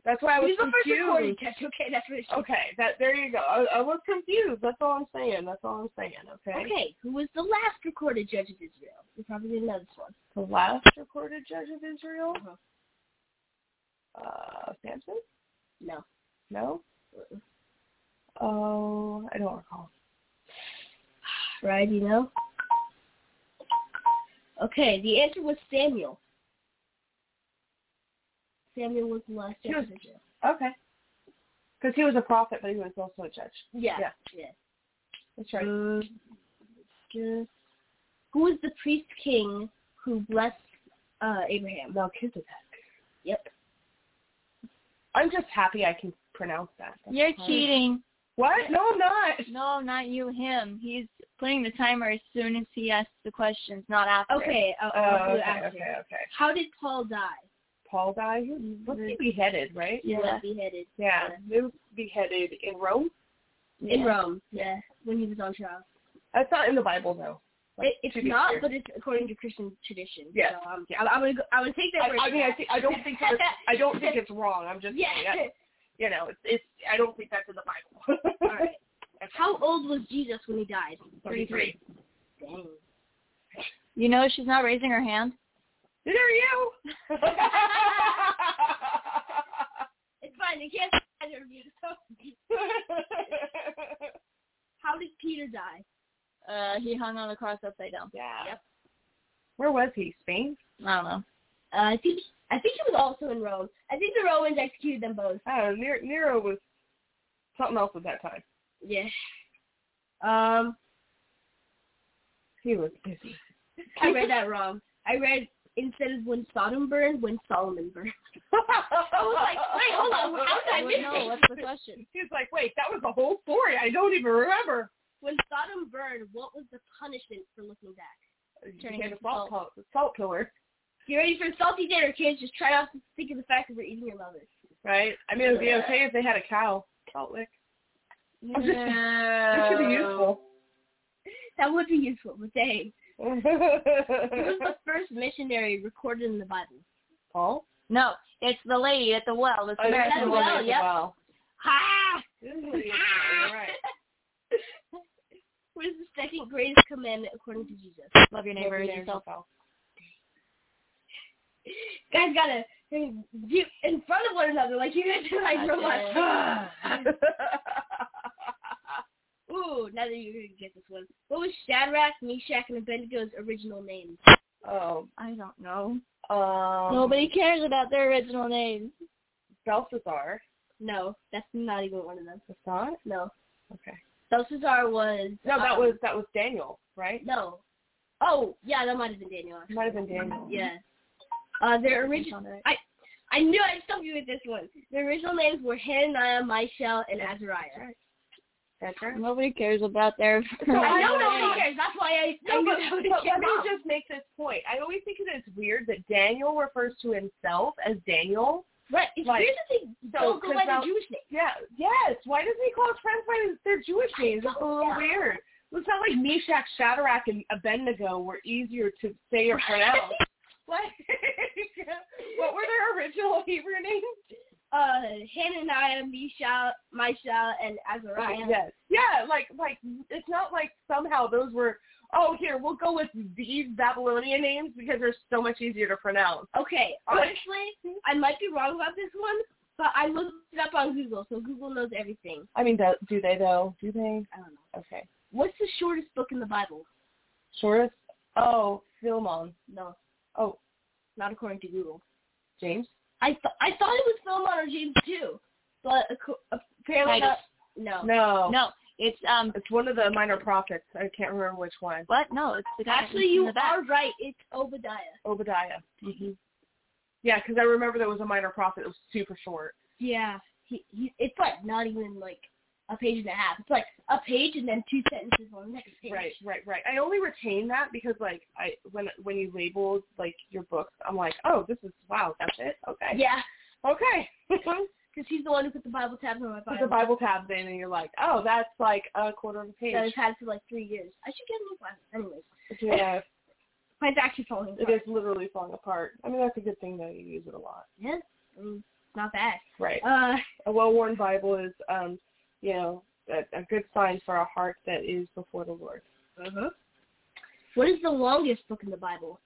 That's why I was He's the first recorded confused. judge. Okay, that's what it should Okay, that there you go. I, I was confused. That's all I'm saying. That's all I'm saying. Okay. Okay, who was the last recorded judge of Israel? You probably didn't know this one. The last recorded judge of Israel. Uh-huh. Uh, Samson? No. No. Oh, I don't recall. Right, you know? Okay, the answer was Samuel. Samuel was the last He judge was- of Israel. Okay. Because he was a prophet, but he was also a judge. Yeah. Yeah. yeah. That's right. Just- Mm-hmm. who was the priest king who blessed uh, Abraham? Melchizedek. Yep. I'm just happy I can pronounce that. That's You're fine. cheating. What? No, I'm not. No, not you. Him. He's putting the timer as soon as he asks the questions, not after. Okay, I'll- I'll Oh, do it okay, after. okay, okay. How did Paul die? Paul died. He was- Was he beheaded, right? He was beheaded. Yeah. He was beheaded in Rome. In Rome, yeah, when he was on trial. That's not in the Bible, though. It, it's to be not, clear. but it's according to Christian tradition. Yes. So, um, Yeah. I, I'm gonna go, I'm gonna take that. I- word I for mean, I that. think- I don't think that's- I don't think it's wrong. I'm just yeah. saying that- You know, it's, it's. I don't think that's in the Bible. All right. How old was Jesus when he died? 33. Dang. You know she's not raising her hand. Did are you? It's fine. They can't interview. So. How did Peter die? Uh, he hung on the cross upside down. Yeah. Where was he? Spain? I don't know. Uh, I think I think he was also in Rome. I think the Romans executed them both. Oh, Nero, Nero was something else at that time. Yeah. Um, He was busy. I read that wrong. I read instead of when Sodom burned, when Solomon burned. I was like, wait, hold on, how did I miss Oh, No, this? what's the question? He's like, wait, that was the whole story. I don't even remember. When Sodom burned, what was the punishment for looking back? Turning he had a into salt, pil- salt pillar, You ready for a salty dinner, kids? Just try not to think of the fact that we're eating your mothers. right? I mean, it would be okay if they had a cow. Salt lick. I'm just- That should be useful. That would be useful, but dang. Who was the first missionary recorded in the Bible? Paul? No, it's the lady at the well. It's Oh, the that's American the one well. at the Yep. well. Ha! You're right. What is the second greatest commandment according to Jesus? Love your neighbor as neighbor as yourself. Guys gotta do in front of one another like you guys do like That's robots. Ooh, now that you're gonna get this one. What was Shadrach, Meshach, and Abednego's original name? Oh, I don't know. um, Nobody cares about their original names. Belshazzar. No, that's not even one of them. It's not? No. Okay. Belshazzar was No, that um, was that was Daniel, right? No. Oh, yeah, that might have been Daniel. Might have been Daniel. Yeah. Uh, their original. I I knew I'd stump you with this one. Their original names were Hananiah, Mishael, and Azariah. That's right. Nobody cares about their. I know I- nobody cares. That's why I. I No, knew but, that would but get let me wrong. just make this point. I always think that it's weird that Daniel refers to himself as Daniel. Right. It's like- weird that they So, don't go 'cause by now- the Jewish name. Yeah. Yes. Why doesn't he call his friends by his- their Jewish names? It's a little weird. It's not like Meshach, Shadrach, and Abednego were easier to say or pronounce. like, what were their original Hebrew names? Uh, Hananiah, Mishael, Mishael, and Azariah. Yes. Yeah, like like it's not like somehow those were oh here, we'll go with these Babylonian names because they're so much easier to pronounce. Okay, honestly, I might be wrong about this one, but I looked it up on Google, so Google knows everything. I mean, do, do they though? Do they? I don't know. Okay. What's the shortest book in the Bible? Shortest? Oh, Philemon. No, Oh, not according to Google. James. I th- I thought it was Philemon or James too, but ac- apparently Titus. not. No. No. No, it's um. It's one of the minor prophets. I can't remember which one. What? No, it's the guy. Actually, in you the back. are right. It's Obadiah. Obadiah. hmm Yeah, because I remember there was a minor prophet that was super short. Yeah. He, he it's like not even like a page and a half. It's like a page and then two sentences on the next page. Right, right, right. I only retain that because like I when when you label like your books, I'm like, oh, this is wow, that's it. Okay. Yeah, Okay. because he's the one who put the Bible tabs on my Put Bible. the Bible tabs in, and you're like, oh, that's like a quarter of a that I've page. had for like three years. I should get a new Bible. Anyways, Yeah, mine's actually falling it apart. is literally falling apart. I mean, that's a good thing though. You use it a lot. Yeah, I mean, not bad. Right. Uh, A well-worn Bible is, um, you know, a, a good sign for a heart that is before the Lord. uh-huh. What is the longest book in the Bible?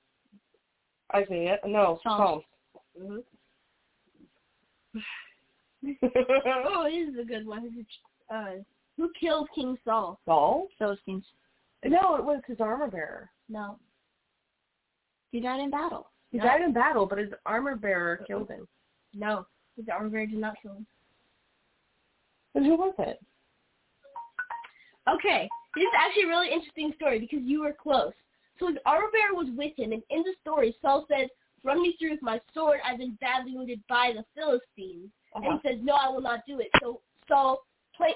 Isaiah, no, Psalms. Psalms. Mm-hmm. Uh-huh. Oh, this is a good one. This is, Uh, who killed King Saul? Saul? Philistines. No, it was his armor bearer. No. He died in battle. He No. died in battle, but his armor bearer killed him. No, his armor bearer did not kill him. Then who was it? Okay, this is actually a really interesting story because you were close. So his armor bearer was with him, and in the story, Saul said, "Run me through with my sword. I've been badly wounded by the Philistines." Uh-huh. And he says, "No, I will not do it." So Saul pla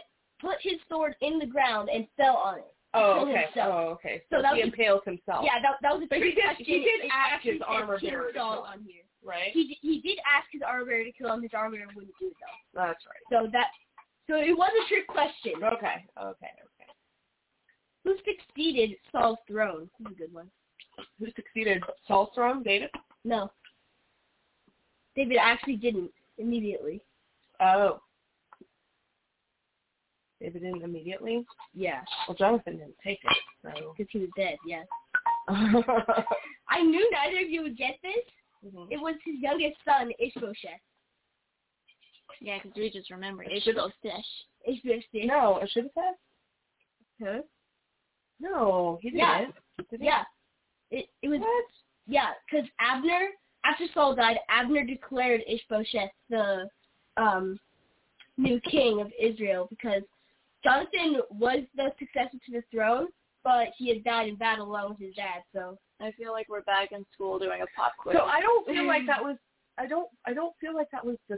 put his sword in the ground and fell on it. Oh, Killed okay. himself. Oh, okay. So So, that he was- impales himself. Yeah, that, that was a Oh. But he trick did- question. he did It ask actually his said armor kill bearer to Saul kill on here. right? He d- he did ask his armor bearer to kill him. His armor bearer wouldn't do it though. That's right. So that so it was a trick question. Okay. Okay. Okay. Who succeeded Saul's throne? This is a good one. Who succeeded Saul's throne? David. No. David actually didn't immediately. Oh. David didn't immediately. Yeah. Well, Jonathan didn't take it, so. Mm-hmm. Because he was dead. Yes. I knew neither of you would get this. It was his youngest son, Ishbosheth. Yeah, because we just remembered. It's should've- still fish. Ishbosheth. no, it should have said. Huh? No, he didn't. Yeah. Did he? Yeah. It it was yeah, because Abner after Saul died, Abner declared Ishbosheth the um new king of Israel because Jonathan was the successor to the throne, but he had died in battle along with his dad. So I feel like we're back in school doing a pop quiz. So I don't feel like that was. I don't. I don't feel like that was the.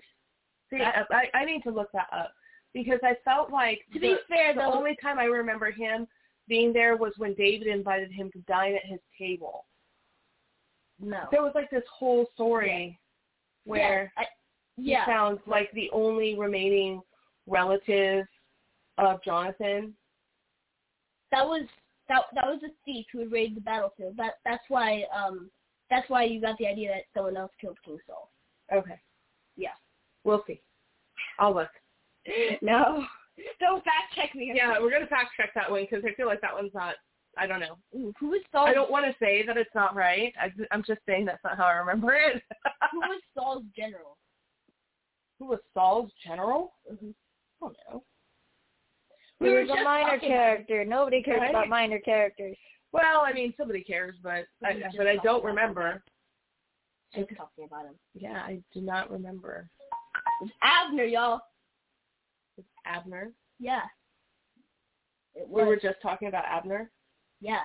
Thing. I, I I need to look that up because I felt like To be the- fair, the though- only time I remember him being there was when David invited him to dine at his table. no. There was like this whole story where yeah, I, he yeah. sounds like the only remaining relative of Jonathan. that was that that was a thief who had raided the battlefield. That that's why um that's why you got the idea that someone else killed King Saul. Okay, Yeah. we'll see. I'll look. No. Don't fact check me. Yeah, we're gonna fact check that one because I feel like that one's not. I don't know. Ooh, who was Saul? I don't want to say that it's not right. I, I'm just saying that's not how I remember it. who was Saul's general? Who was Saul's general? Mhm. I don't know. He We were was just a minor talking- character. Nobody cares Right? about minor characters. Well, I mean, somebody cares, but I, We were just but I talking don't about remember. I was talking about him. Yeah, I do not remember. It was Abner, y'all. Abner. Yeah. It We was. were just talking about Abner. yeah.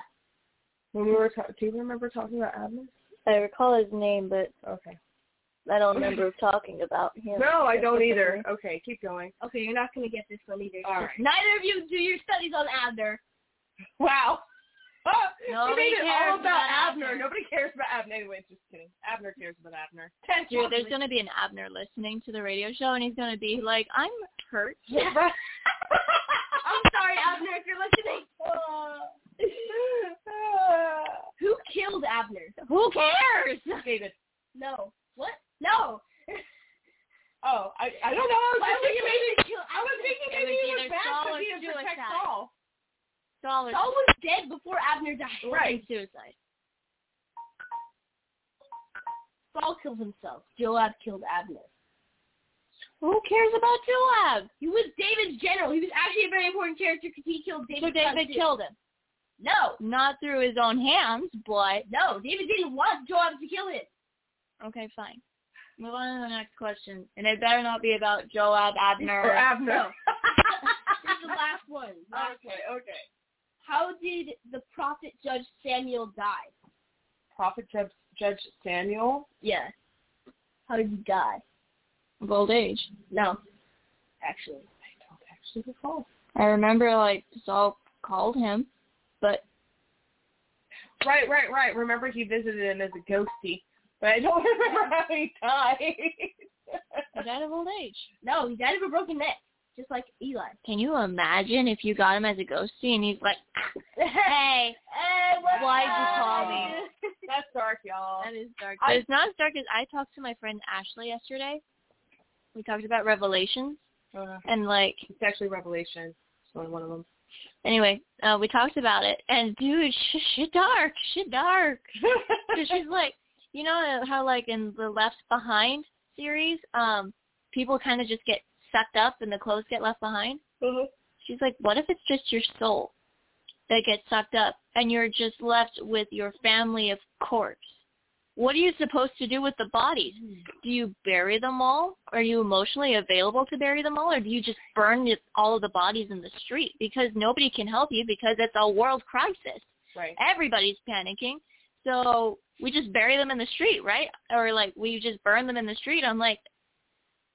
When we were, ta- do you remember talking about Abner? I recall his name, but okay, I don't remember talking about him. No, I don't either. Okay, keep going. Okay, you're not gonna get this one either. All right. Neither of you do your studies on Abner. Wow. we Nobody made it all about, cares about Abner. Abner. Nobody cares about Abner. Anyway, just kidding. Abner cares about Abner. Dude, there's going to be an Abner listening to the radio show, and he's going to be like, I'm hurt. Yeah. I'm sorry, Abner, if you're listening. Uh, Who killed Abner? Who cares? David. No. What? No. Oh, I I don't know. I was Why just would thinking you maybe kill I was thinking It would maybe he be was either bad Saul because or he didn't protect suicide. Saul. Saul Saul was dead before Abner died. Right. suicide. Saul killed himself. Joab killed Abner. Who cares about Joab? He was David's general. He was actually a very important character because he killed So David's son, David too. killed him. No, Not through his own hands, but... no. David didn't want Joab to kill him. Okay, fine. Move on to the next question. And it better not be about Joab, Abner. Or Abner. No. this is the last one. Last okay, okay. one. How did the prophet judge Samuel die? Prophet Judge, Judge Samuel. Yes. How did he die? Of old age. No. Actually. Actually, recall. I remember, like, Saul called him, but Right, right, right. Remember he visited him as a ghosty, but I don't remember how he he died. died of old age. No, he died of a broken neck, just like Eli. Can you imagine if you got him as a ghostie and he's like, hey, Hey, what Why'd you up? call me? That's dark, y'all. that is dark. I- it's not as dark as I talked to my friend Ashley yesterday. We talked about Revelations Uh, and like it's actually Revelation. It's only one of them. anyway, uh, we talked about it and dude, shit, shit dark, shit dark. So she's like, you know how like in the Left Behind series, um, people kind of just get sucked up and the clothes get left behind. Uh-huh. She's like, what if it's just your soul that gets sucked up and you're just left with your family of corpse what are you supposed to do with the bodies? Do you bury them all? Are you emotionally available to bury them all, or do you just burn it- all of the bodies in the street because nobody can help you because it's a world crisis? Right. Everybody's panicking, so we just bury them in the street, right? Or like we just burn them in the street. I'm like,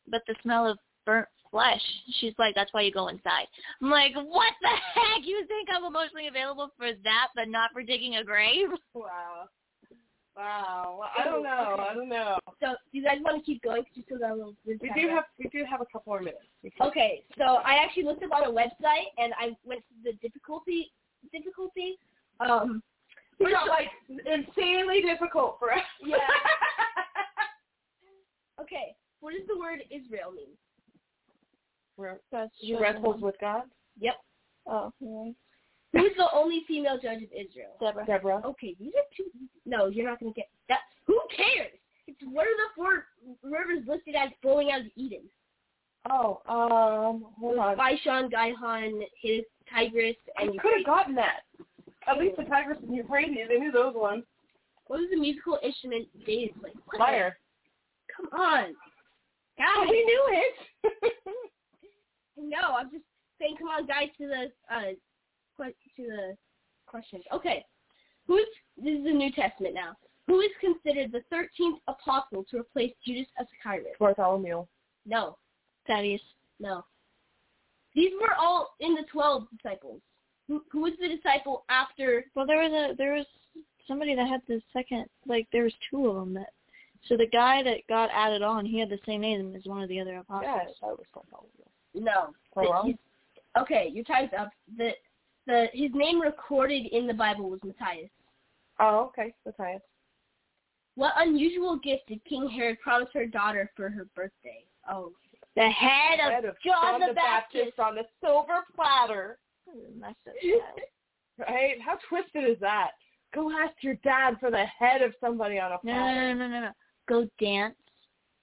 but the smell of burnt flesh. She's like, that's why you go inside. I'm like, what the heck? You think I'm emotionally available for that, but not for digging a grave? Wow. Wow. Well, I don't know. I don't know. So do you guys want to keep going? 'Cause you still got a little. We do have we do have a couple more minutes. Okay, so I actually looked up on a website and I went to the difficulty difficulty. Um, Which is like insanely difficult for us. yeah. okay, what does the word Israel mean? We're- She wrestles with God. Yep. Oh, yeah. Who's the only female judge of Israel? Deborah. Deborah. Okay, these are two. No, you're not gonna get that. Who cares? It's one of the four rivers listed as flowing out of Eden. Oh, um, hold on. Bishon, Gihon, his Tigris, I and could have gotten that. At least the Tigris and Euphrates, they knew those ones. What was the musical instrument David played? What? Liar. Come on. Guys. we Oh, knew it. no, I'm just saying, come on, guys, to the uh, que- to the questions. Okay, who is this is the New Testament now? Who is considered the 13th apostle to replace Judas Iscariot? Bartholomew. No, Thaddeus. no. These were all in the 12 disciples. Who, who was the disciple after? Well, there was a there was somebody that had the second like there was two of them that. So the guy that got added on, he had the same name as one of the other apostles. Yes, I was Bartholomew. No. Am I wrong? Okay, your time's up. The the his name recorded in the Bible was Matthias. Oh, okay. Matthias. What unusual gift did King Herod promise her daughter for her birthday? Oh, The head of, Head of John, the Baptist. on a silver platter. Messed up child. Right? How twisted is that? Go ask your dad for the head of somebody on a No, no, platter. no, no, no. Go dance.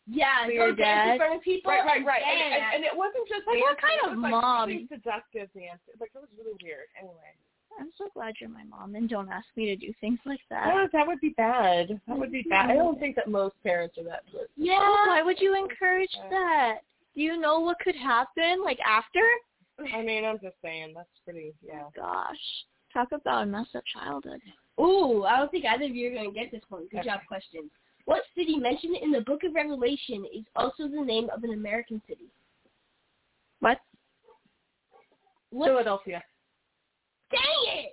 yeah. For go your dance in dad? front of people. Right, right, right. and And, and, dance. and it wasn't just Like, what dancing, kind it of was, like, mom? really seductive dancing. Like it was really weird. Anyway. I'm so glad you're my mom and don't ask me to do things like that. Oh, that would be bad. That would be bad. I don't think that most parents are that twisted. Yeah. Why would you encourage that? Do you know what could happen like after? I mean, I'm just saying that's pretty. Yeah. Gosh, talk about a messed up childhood. Ooh, I don't think either of you are going to get this one. Good Okay. job, question. What city mentioned in the Book of Revelation is also the name of an American city? What? What? Philadelphia. Dang it!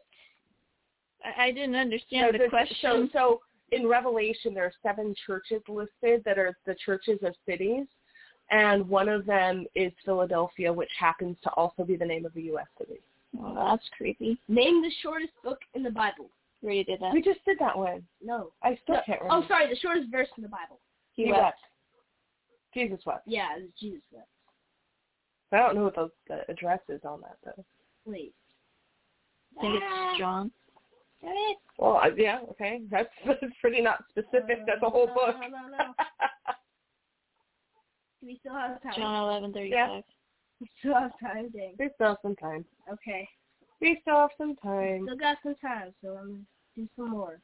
I, I didn't understand So the this- question. So, so in Revelation, there are seven churches listed that are the churches of cities, and one of them is Philadelphia, which happens to also be the name of a U.S. city. Well, that's creepy. Name the shortest book in the Bible. We already did that. We just did that one. No. I still No. can't remember. Oh, sorry, the shortest verse in the Bible. He wept. Jesus wept. Yeah, it was Jesus wept. I don't know what the, the address is on that though. Wait. I think Ah. it's John. Well, I, yeah, okay, that's, that's pretty not specific. That's a whole book. No, no, no. Do we still have time? John eleven thirty five. We still have time, dang. we still have some time. Okay. We still have some time. Still got some time, so I'm gonna do some more.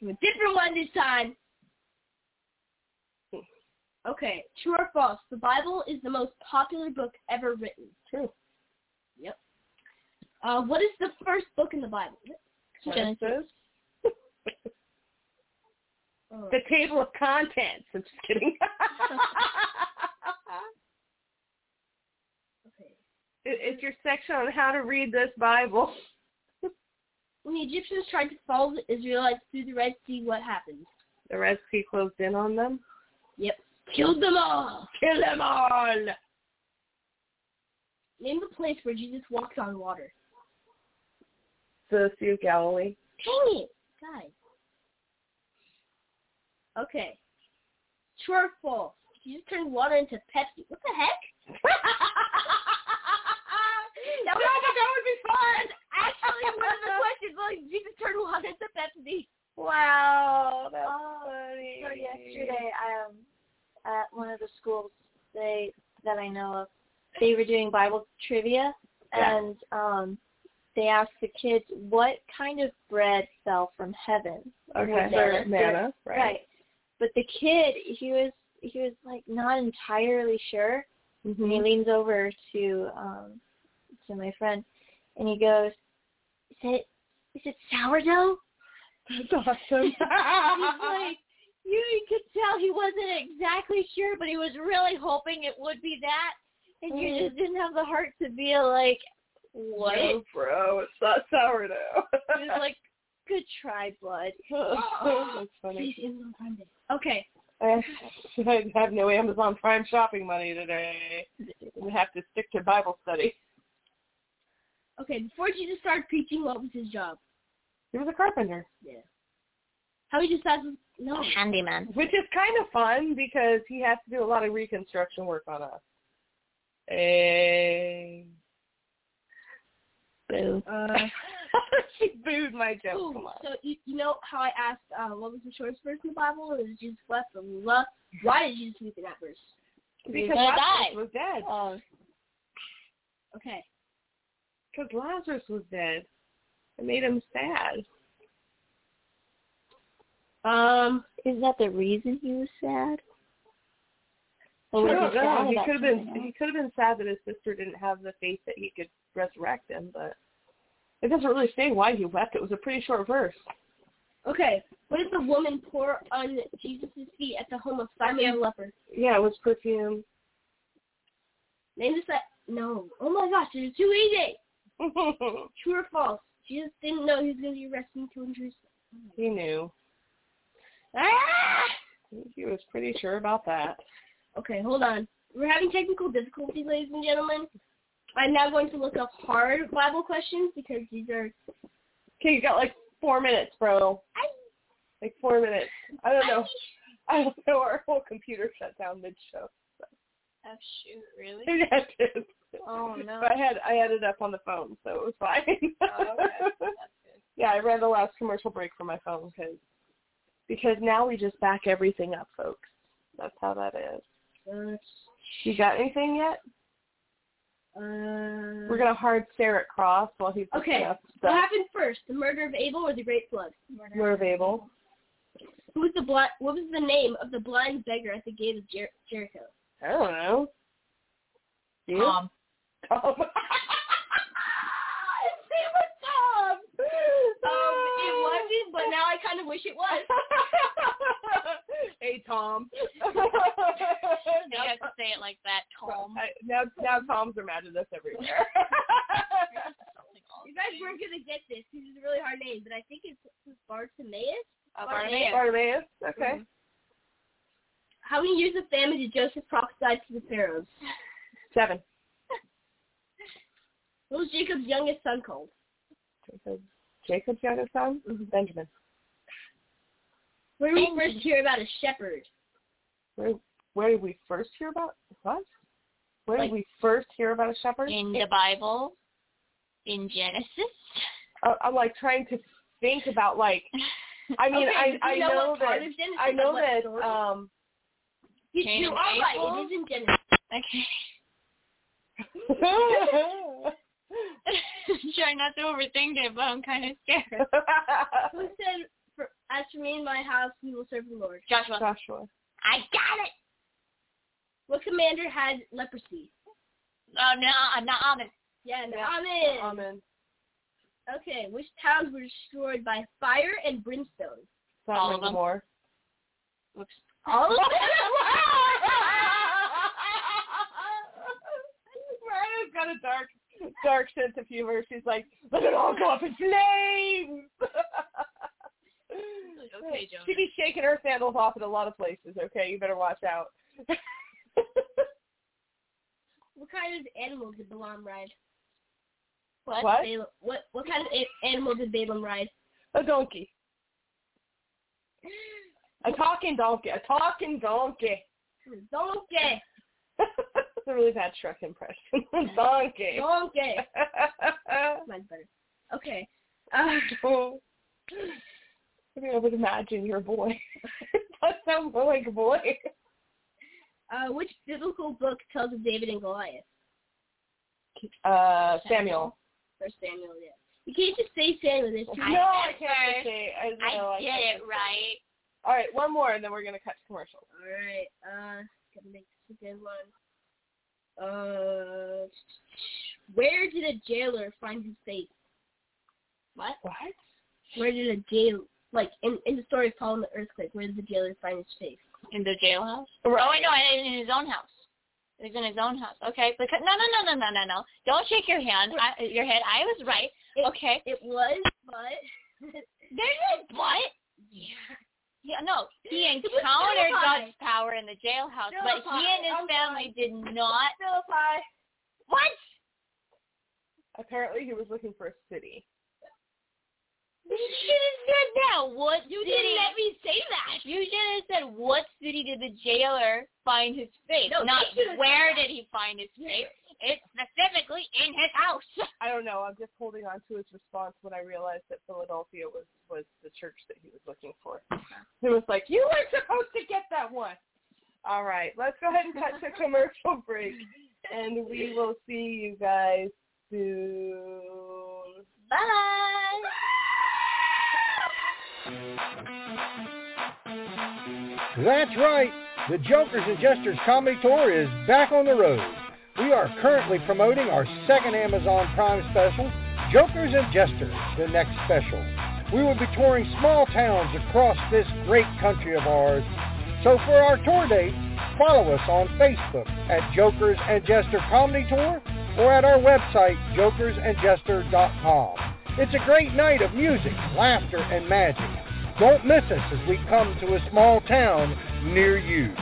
Do a different one this time. Okay, true or false? The Bible is the most popular book ever written. True. Yep. Uh, what is the first book in the Bible? Genesis. Oh, The table of contents. I'm just kidding. okay. It- it's your section on how to read this Bible. When the Egyptians tried to follow the Israelites through the Red Sea, what happened? The Red Sea closed in on them. Yep. Killed them all. Kill them all. Name the place where Jesus walked on water. The Sea of Galilee. Dang it, guys. Okay. True or false? You just turned water into Pepsi. What the heck? that, was, would be fun. Actually, one of the questions was Jesus turned water into Pepsi. Wow, that's Oh, funny. So yesterday, um, at one of the schools they that I know of, they were doing Bible trivia, Yeah. and um, they asked the kids what kind of bread fell from heaven, Okay. was Sure, a- Nana, right. But the kid, he was he was like not entirely sure, and he Mhm. leans over to um to my friend, and he goes, "Is it is it sourdough?" That's awesome. He's like, you, you could tell he wasn't exactly sure, but he was really hoping it would be that, and you Mm. just didn't have the heart to be like, "What?" No, Oh, bro, it's not sourdough. Oh, He was like, "Good try, bud." That's funny. Please, Amazon Prime Day. Okay. I I have no Amazon Prime shopping money today. We have to stick to Bible study. Okay, before Jesus started preaching, what was his job? He was a carpenter, Yeah. How he just has no handyman. which is kind of fun because he has to do a lot of reconstruction work on us. Hey. Boo. Uh, she booed my joke. Ooh, Come on. so you, you know how I asked uh, what was the shortest verse in the Bible? It was Jesus wept for love. Why did Jesus weep in that verse? Because Lazarus was dead. Uh, Okay. Because Lazarus was dead. It made him sad. Um, is that the reason he was sad? I don't know. He could have been he could have been sad that his sister didn't have the faith that he could resurrect him, but it doesn't really say why he wept. It was a pretty short verse. Okay. What did the woman pour on Jesus' feet at the home of Simon the leper? Yeah, it was perfume. Name this. No. Oh my gosh, it was too easy. True or false? Jesus didn't know he was going to be arrested and killed in Jerusalem. He knew. Ah! He was pretty sure about that. Okay, hold on. We're having technical difficulties, ladies and gentlemen. I'm now going to look up hard Bible questions because these are Okay, you got like four minutes, bro. Like four minutes. I don't know. I don't know. Our whole computer shut down mid show. Oh shoot, really? Yeah, it did. Oh no. But I had I had it up on the phone, so it was fine. Oh, yeah, I ran the last commercial break for my phone because because now we just back everything up, folks. That's how that is. uh, You got anything yet? Uh, We're gonna hard stare at Cross while he's looking Okay. up What stuff. happened first, the murder of Abel or the Great Flood? Murder of Abel. Who was the blind? What was the name of the blind beggar at the gate of Jer- Jericho? I don't know. You? Um, Um, Tom. Tom. It was Tom. Um, it wasn't, but now I kind of wish it was. hey Tom. You have to say it like that, Tom. I, now now Toms are mad at us everywhere. Oh, You guys weren't gonna get this. This is a really hard name, but I think it's it's Bartimaeus. Uh, Bartimaeus. Okay. Mm-hmm. How many years of famine did Joseph prophesy to the pharaohs? Seven. What was Jacob's youngest son called? Jacob- Jacob's youngest son? Mm-hmm. Benjamin. Where do we first hear about a shepherd? Where where did we first hear about what? Where Like- did we first hear about a shepherd? In the Bible, in Genesis. I, I'm uh, like trying to think about like I mean Okay, I but I you know know, what that part of Genesis I and know what that story? um You, Cain you and are right. Abel? It is in Genesis. Okay. Try not to overthink it, but I'm kind of scared. Who said, for, "As for me and my house, we will serve the Lord"? Joshua. Joshua. I got it. What commander had leprosy? Oh no, not Amen. Yeah, Yeah, Naaman. Amen. Okay, which towns were destroyed by fire and brimstone? All Sodom of and them. Gomorrah. Oops. All of them. Mariah's got a dark dark sense of humor. She's like, Let it all go up in flames Okay, Jonas. She'd be shaking her sandals off in a lot of places, okay? You better watch out. What kind of animal did Balaam ride? What? What? Balaam, what? What kind of a- animal did Balaam ride? A donkey. A talking donkey. A talking donkey. Donkey. That's a really bad Shrek impression. donkey. Donkey. Mine's better. Okay. Uh, I mean, I would imagine your boy. that sounds more like a boy. uh, which biblical book tells of David and Goliath? Uh, Samuel. First Samuel. Yeah. You can't just say salmon. There's too many No, I letters. can't say. I, no, I I get can't it say. right. All right, one more, and then we're gonna cut to commercial. All right. Uh, gonna make this a good one. Uh, where did a jailer find his face? What? What? Where did a jail like in in the story of Paul and the earthquake? Where did the jailer find his face? In the jailhouse? Oh, wait, no, in in his own house. It was in his own house. Okay, because no, no, no, no, no, no, no. Don't shake your hand, I, your head. I was right. okay, it was, but there's no but. yeah. Yeah, no, he It was encountered Philippi. God's power in the jailhouse, but he Philippi, and his I'm family did not. Philippi. What? Apparently, he was looking for a city. You should have said that. What? You didn't let me say that. You should have said what city did the jailer find his face? No, not they should have where said that. did he find his face. It's specifically in his house. I don't know. I'm just holding on to his response when I realized that Philadelphia was was the church that he was looking for. It was like you weren't supposed to get that one. All right, let's go ahead and cut to commercial break, and we will see you guys soon. That's right. The Junkers and Jesters Comedy Tour is back on the road. We are currently promoting our second Amazon Prime special, Jokers and Jesters, the next special. We will be touring small towns across this great country of ours. So for our tour dates, follow us on Facebook at Jokers and Jester Comedy Tour or at our website, jokersandjester.com. It's a great night of music, laughter, and magic. Don't miss us as we come to a small town near you.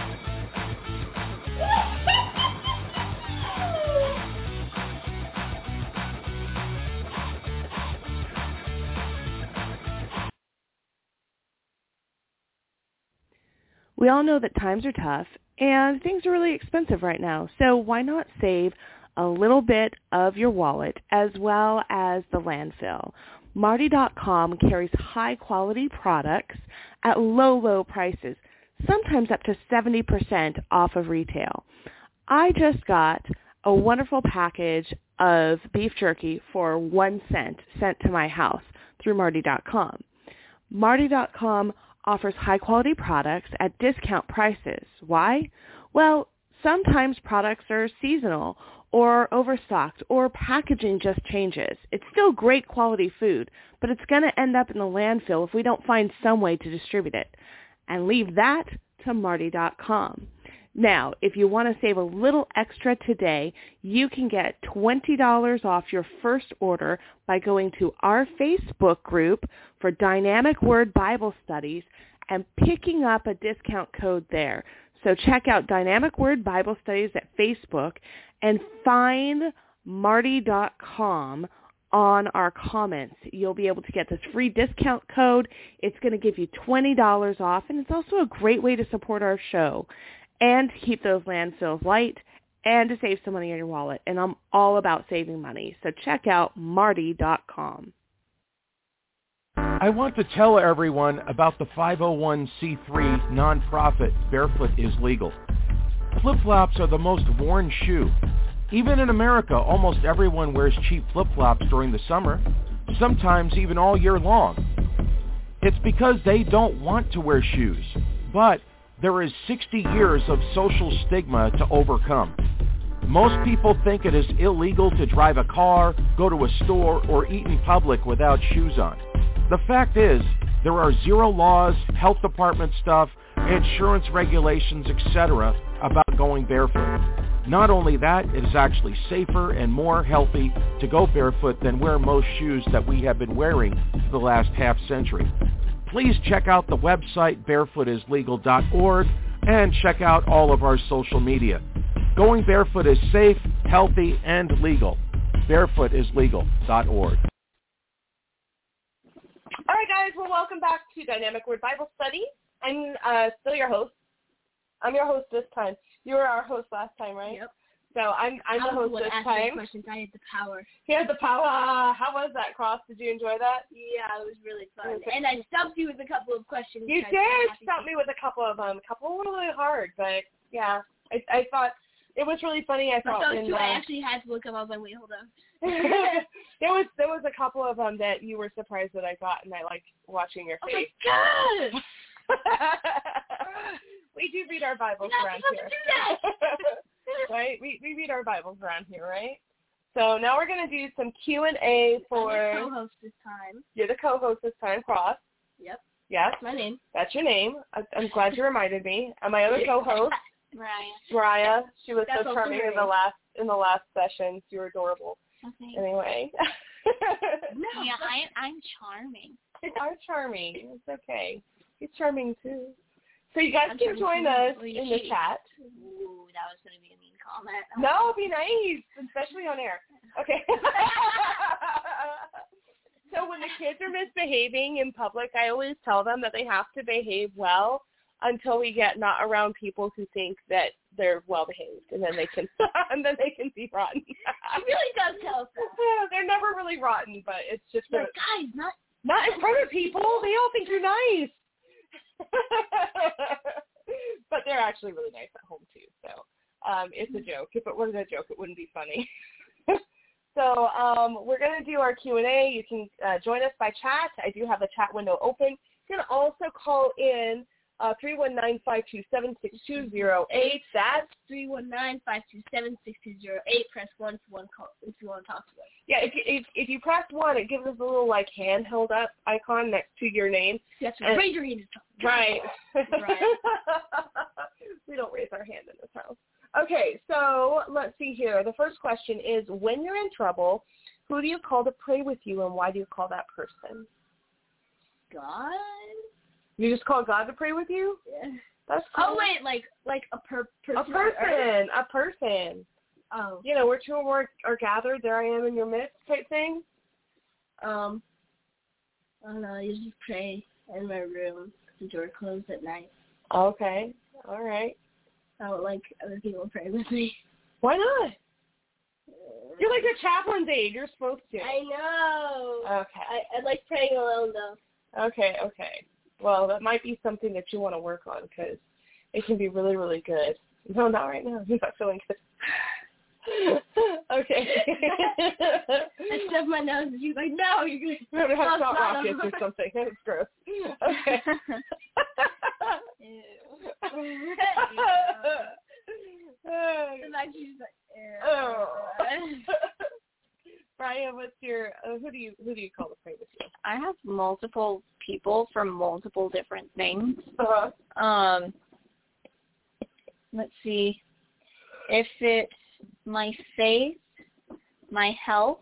We all know that times are tough and things are really expensive right now. So why not save a little bit of your wallet as well as the landfill? Marty.com carries high quality products at low, low prices, sometimes up to 70% off of retail. I just got a wonderful package of beef jerky for one cent sent to my house through Marty.com. Marty.com offers high-quality products at discount prices. Why? Well, sometimes products are seasonal or overstocked or packaging just changes. It's still great quality food, but it's going to end up in the landfill if we don't find some way to distribute it. And leave that to Marty.com. Now, if you want to save a little extra today, you can get $20 off your first order by going to our Facebook group for Dynamic Word Bible Studies and picking up a discount code there. So check out Dynamic Word Bible Studies at Facebook and find marty.com on our comments. You'll be able to get this free discount code. It's going to give you $20 off, and it's also a great way to support our show and to keep those landfills light and to save some money in your wallet. And I'm all about saving money. So check out marty.com. I want to tell everyone about the 501c3 nonprofit Barefoot is Legal. Flip-flops are the most worn shoe. Even in America, almost everyone wears cheap flip-flops during the summer, sometimes even all year long. It's because they don't want to wear shoes, but there is 60 years of social stigma to overcome. Most people think it is illegal to drive a car, go to a store, or eat in public without shoes on. The fact is, there are zero laws, health department stuff, insurance regulations, etc. about going barefoot. Not only that, it is actually safer and more healthy to go barefoot than wear most shoes that we have been wearing for the last half century. Please check out the website barefootislegal.org and check out all of our social media. Going barefoot is safe, healthy, and legal. Barefootislegal.org. All right, guys. Well, welcome back to Dynamic Word Bible Study. I'm uh, still your host. I'm your host this time. You were our host last time, right? Yep. So I'm I'm I the was host the one this asking time. questions. I had the power. He had the power. How was that cross? Did you enjoy that? Yeah, it was really fun. Okay. And I stumped you with a couple of questions. You because I did have to stump me with a couple of them. A couple were really hard, but yeah, I, I thought it was really funny. I thought so when, too, uh, I actually had to look up. I was like, wait, hold on. there was there was a couple of them that you were surprised that I got, and I liked watching your face. Oh my god! we do read our Bibles You're not around supposed here, to right? We we read our Bibles around here, right? So now we're gonna do some Q and A I'm the for co-host this time. you're the co-host this time, Cross. Yep. Yes, That's my name. that's your name. I, I'm glad you reminded me. And my other co-host, Right. Mariah. She was That's so also charming your in the name. last in the last session. You were adorable. Okay. Anyway, Yeah, I, I'm charming. you are charming. It's okay. He's charming too. So you guys I'm can charming join too. us Well, you're in the cheating. chat. Ooh, that was going to be a mean comment. No, be nice, especially on air. Okay. so when the kids are misbehaving in public, I always tell them that they have to behave well until we get not around people who think that they're well behaved, and then they can and then they can be rotten. She really does tell us that. they're never really rotten, but it's just Like, guys, not not in front of people. They all think you're nice. but they're actually really nice at home too. So um, it's a joke. If it wasn't a joke, it wouldn't be funny. so um, we're going to do our Q and A. You can uh, join us by chat. I do have a chat window open. You can also call in uh, three one nine five two seven six two zero eight. That's Three one nine five two seven six two zero eight. Press one for one call if you want to talk to us. yeah. If, you- if if you press one, it gives us a little like hand held up icon next to your name. That's And- right. Raise your hand to talk. Right. Right. we don't raise our hand in this house. Okay, so let's see here. The first question is when you're in trouble, who do you call to pray with you and why do you call that person? God. You just call God to pray with you? Yeah. That's Oh cool. wait, like like a per person. a person, a person. Oh. You know, where two or more are gathered, there I am in your midst type thing. Um. I don't know. I usually pray in my room. The door closed at night. Okay. All right. I don't like other people praying with me. Why not? You're like a chaplain's aide. You're supposed to. I know. Okay. I, I like praying alone though. Okay, okay. Well, that might be something that you want to work on because it can be really, really good. No, not right now. You're not feeling good. okay. I stubbed my nose and she's like, no, you're going We're gonna have No, salt it's not rockets over. or something. That's gross. Okay. And like, she's like, "Ew." oh. Brian, what's your uh, who do you who do you call to pray with you? I have multiple people from multiple different things. Uh-huh. Um, let's see. If it's my faith, my health,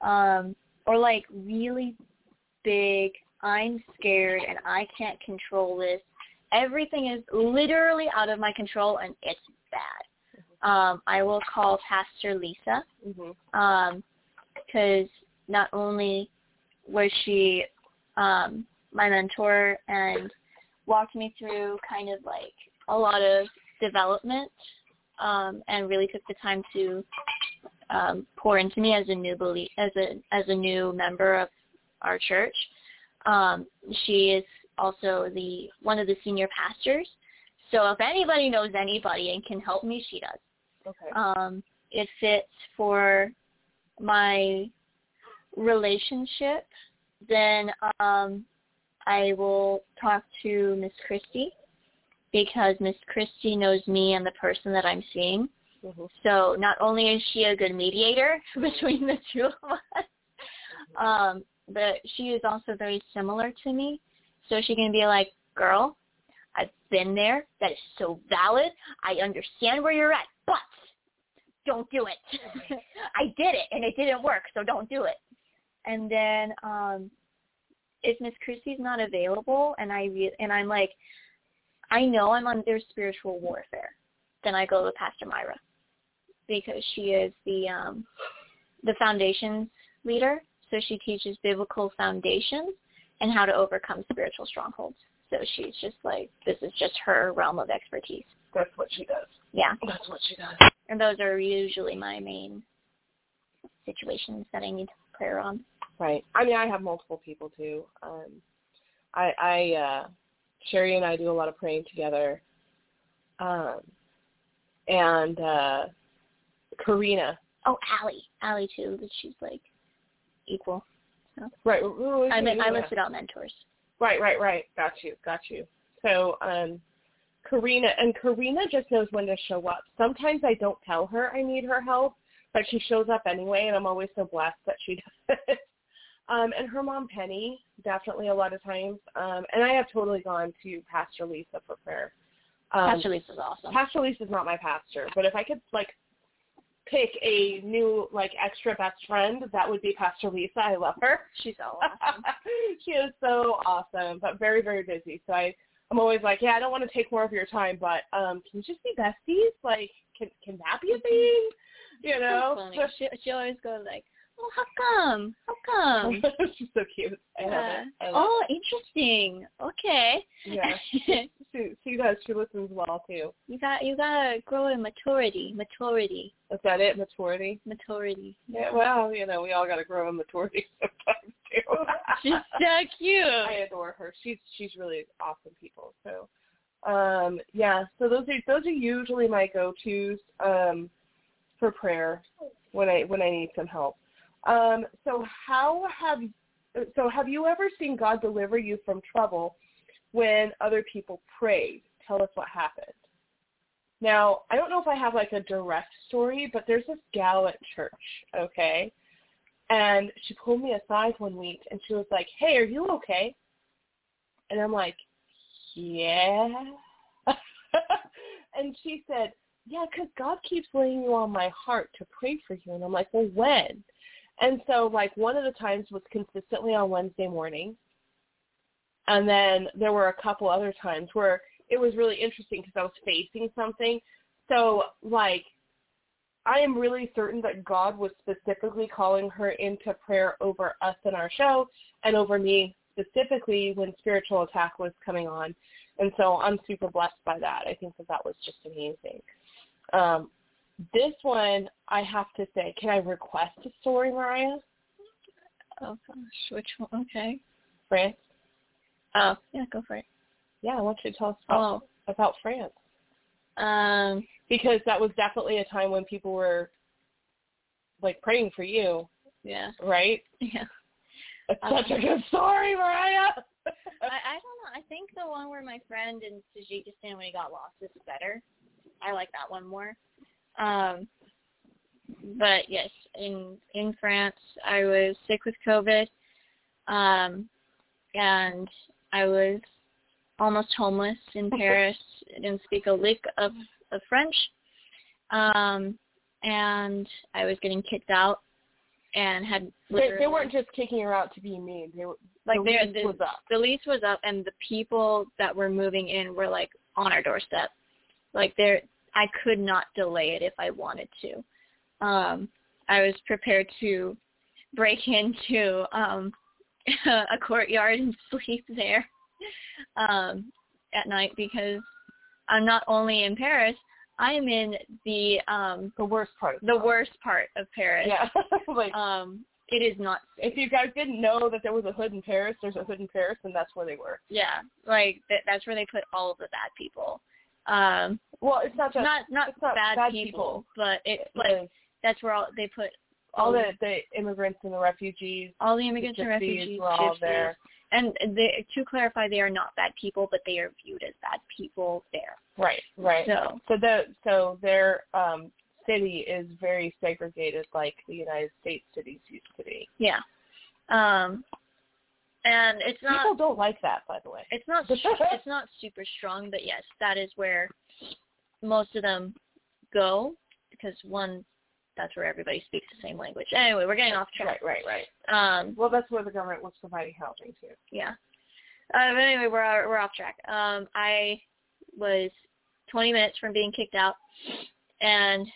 um, or like really big, I'm scared and I can't control this. Everything is literally out of my control and it's bad. Um, I will call Pastor Lisa Mm-hmm. um because not only was she um my mentor and walked me through kind of like a lot of development um and really took the time to um pour into me as a new belie- as a as a new member of our church um she is also the one of the senior pastors so if anybody knows anybody and can help me she does Okay. Uh-huh. um, it fits for my relationship, then um, I will talk to Miss Christie because Miss Christie knows me and the person that I'm seeing. Mhm. So not only is she a good mediator between the two of us, um, but she is also very similar to me. So she can be like, girl, I've been there. That is so valid. I understand where you're at, but don't do it. I did it and it didn't work, so don't do it. And then um if Miss Christie's not available and I re- and I'm like I know I'm under spiritual warfare, then I go to Pastor Myra because she is the um the foundations leader, so she teaches biblical foundations and how to overcome spiritual strongholds. So she's just like this is just her realm of expertise. That's what she does. Yeah. That's what she does. And those are usually my main situations that I need prayer on. Right. I mean, I have multiple people too. Um, I, I, uh, Sherry and I do a lot of praying together. Um, and uh Karina. Oh, Allie. Allie too, but she's like equal. So. Right. well, I mean, I yeah. listed out mentors. Right, right, right. Got you, got you. So, um, Karina, and Karina just knows when to show up. Sometimes I don't tell her I need her help, but she shows up anyway, and I'm always so blessed that she does. it. um, and her mom, Penny, definitely a lot of times. Um, and I have totally gone to Pastor Lisa for prayer. Um, Pastor Lisa's awesome. Pastor Lisa's not my pastor, but if I could like pick a new like extra best friend, that would be Pastor Lisa. I love her. She's so awesome. she is so awesome, but very very busy. So I I'm always like, yeah, I don't want to take more of your time, but um, can you just be besties? Like, can can that be a thing? You know, Mm-hmm. So funny. she, she always goes like, "Well, how come? How come?" she's so cute. I love Um. Yeah. it. I love oh, interesting. Okay. it. yeah. she she does. She listens well too. you got you gotta grow in maturity. Maturity. Is that it? Maturity. Maturity. Yeah. Well, you know, we all got to grow in maturity sometimes too. She's so cute. I adore her. She's she's really awesome people. So um yeah, so those are those are usually my go tos um for prayer when I when I need some help. Um so how have so have you ever seen God deliver you from trouble when other people prayed? Tell us what happened. Now, I don't know if I have like a direct story, but there's this gal at church, okay? And she pulled me aside one week and she was like, hey, are you okay? And I'm like, yeah. and she said, yeah, 'cause God keeps laying you on my heart to pray for you. And I'm like, well, when? And so like one of the times was consistently on Wednesday morning. And then there were a couple other times where it was really interesting because I was facing something. So like I am really certain that God was specifically calling her into prayer over us and our show and over me specifically when spiritual attack was coming on. And so I'm super blessed by that. I think that that was just amazing. Um, this one, I have to say, can I request a story, Mariah? Oh gosh, which one? Okay. France? Oh yeah, go for it. Yeah, I want you to tell us about, about France. Um, Because that was definitely a time when people were, like, praying for you, yeah, right? yeah. It's Uh, such a good story, Mariah. I, I don't know. I think the one where my friend in Tajikistan when he got lost is better. I like that one more. Um, but yes, in in France, I was sick with COVID, um, and I was almost homeless in Paris. I didn't speak a lick of of French, um, and I was getting kicked out, and had They, they literally- weren't just kicking her out to be mean. They were like the there- lease the, was up. the lease was up and the people that were moving in were like on our doorstep like there i could not delay it if i wanted to um i was prepared to break into um a courtyard and sleep there um at night because i'm not only in paris i am in the um the worst part. the worst part of paris Yeah. like, um it is not if you guys didn't know that there was a hood in Paris, there's a hood in Paris, and that's where they were. Yeah, like th- that's where they put all of the bad people. Um, Well, it's not just not not, it's not bad, bad people, people. but it's the- like um, that's where all they put all the the the immigrants and the refugees. all the immigrants and gypsies refugees were all gypsies. there. And they, to clarify, they are not bad people, but they are viewed as bad people there. Right, right. So- so the so their um city is very segregated, like the United States cities used to be. Yeah. Um, and it's not People don't like that, by the way. It's not str- it's not super strong, but yes, that is where most of them go because one, that's where everybody speaks the same language. Anyway, we're getting off track. Right, right, right. Um, Well, that's where the government was providing housing too. yeah. Uh, but anyway, we're we're off track. Um, I was 20 minutes from being kicked out, and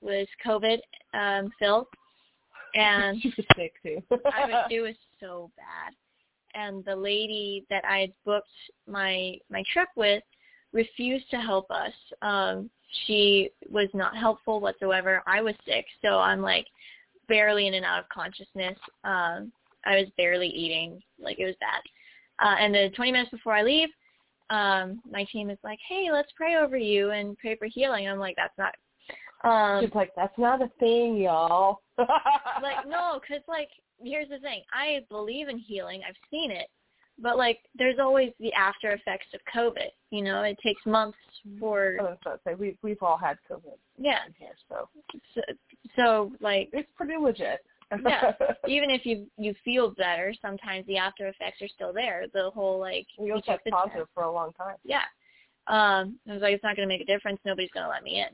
was COVID um, filled, and She was sick too. I was, it was so bad. And the lady that I had booked my my trip with refused to help us. Um, she was not helpful whatsoever. I was sick, so I'm like barely in and out of consciousness. Um, I was barely eating, like it was bad. Uh, and then 20 minutes before I leave, um, my team is like, hey, let's pray over you and pray for healing. I'm like, that's not. Um, She's like, that's not a thing, y'all. like no, because like here's the thing. I believe in healing. I've seen it, but like there's always the after effects of COVID. You know, it takes months for. I was about to say we we've all had COVID. Yeah. in here, so So, so like it's pretty legit. yeah, even if you you feel better, sometimes the after effects are still there. The whole like You you will check took the positive for a long time. yeah. Um, I was like, it's not going to make a difference. Nobody's going to let me in.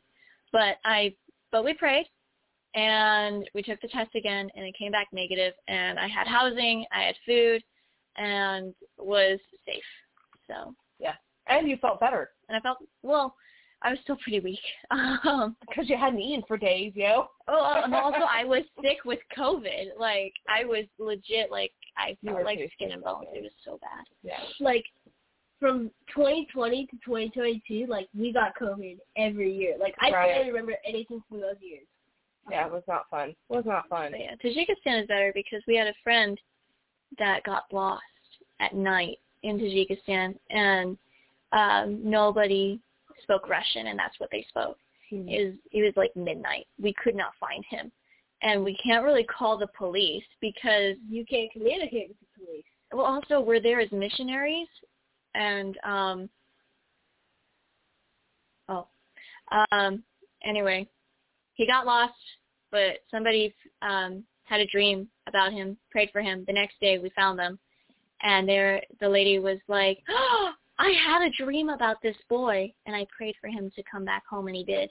But I, but we prayed, and we took the test again, and it came back negative, and I had housing, I had food, and was safe. So yeah, and you felt better. And I felt well. I was still pretty weak. Um, Because you hadn't eaten for days, yo. oh, and also I was sick with COVID. Like I was legit. Like I You felt were like too skin sick and with bones. It was so bad. Yeah. Like from 2020 to 2022, like we got COVID every year. Like I Right. can't remember anything from those years. Yeah, it was not fun. It was not fun. But yeah, Tajikistan is better because we had a friend that got lost at night in Tajikistan, and um, nobody spoke Russian, and that's what they spoke. Hmm. It was it was like midnight. We could not find him, and we can't really call the police because You can't communicate with the police. well, also we're there as missionaries, and um, oh, um, anyway, he got lost, but somebody um had a dream about him, prayed for him. The next day, we found them, and there the lady was like, oh, "I had a dream about this boy, and I prayed for him to come back home, and he did."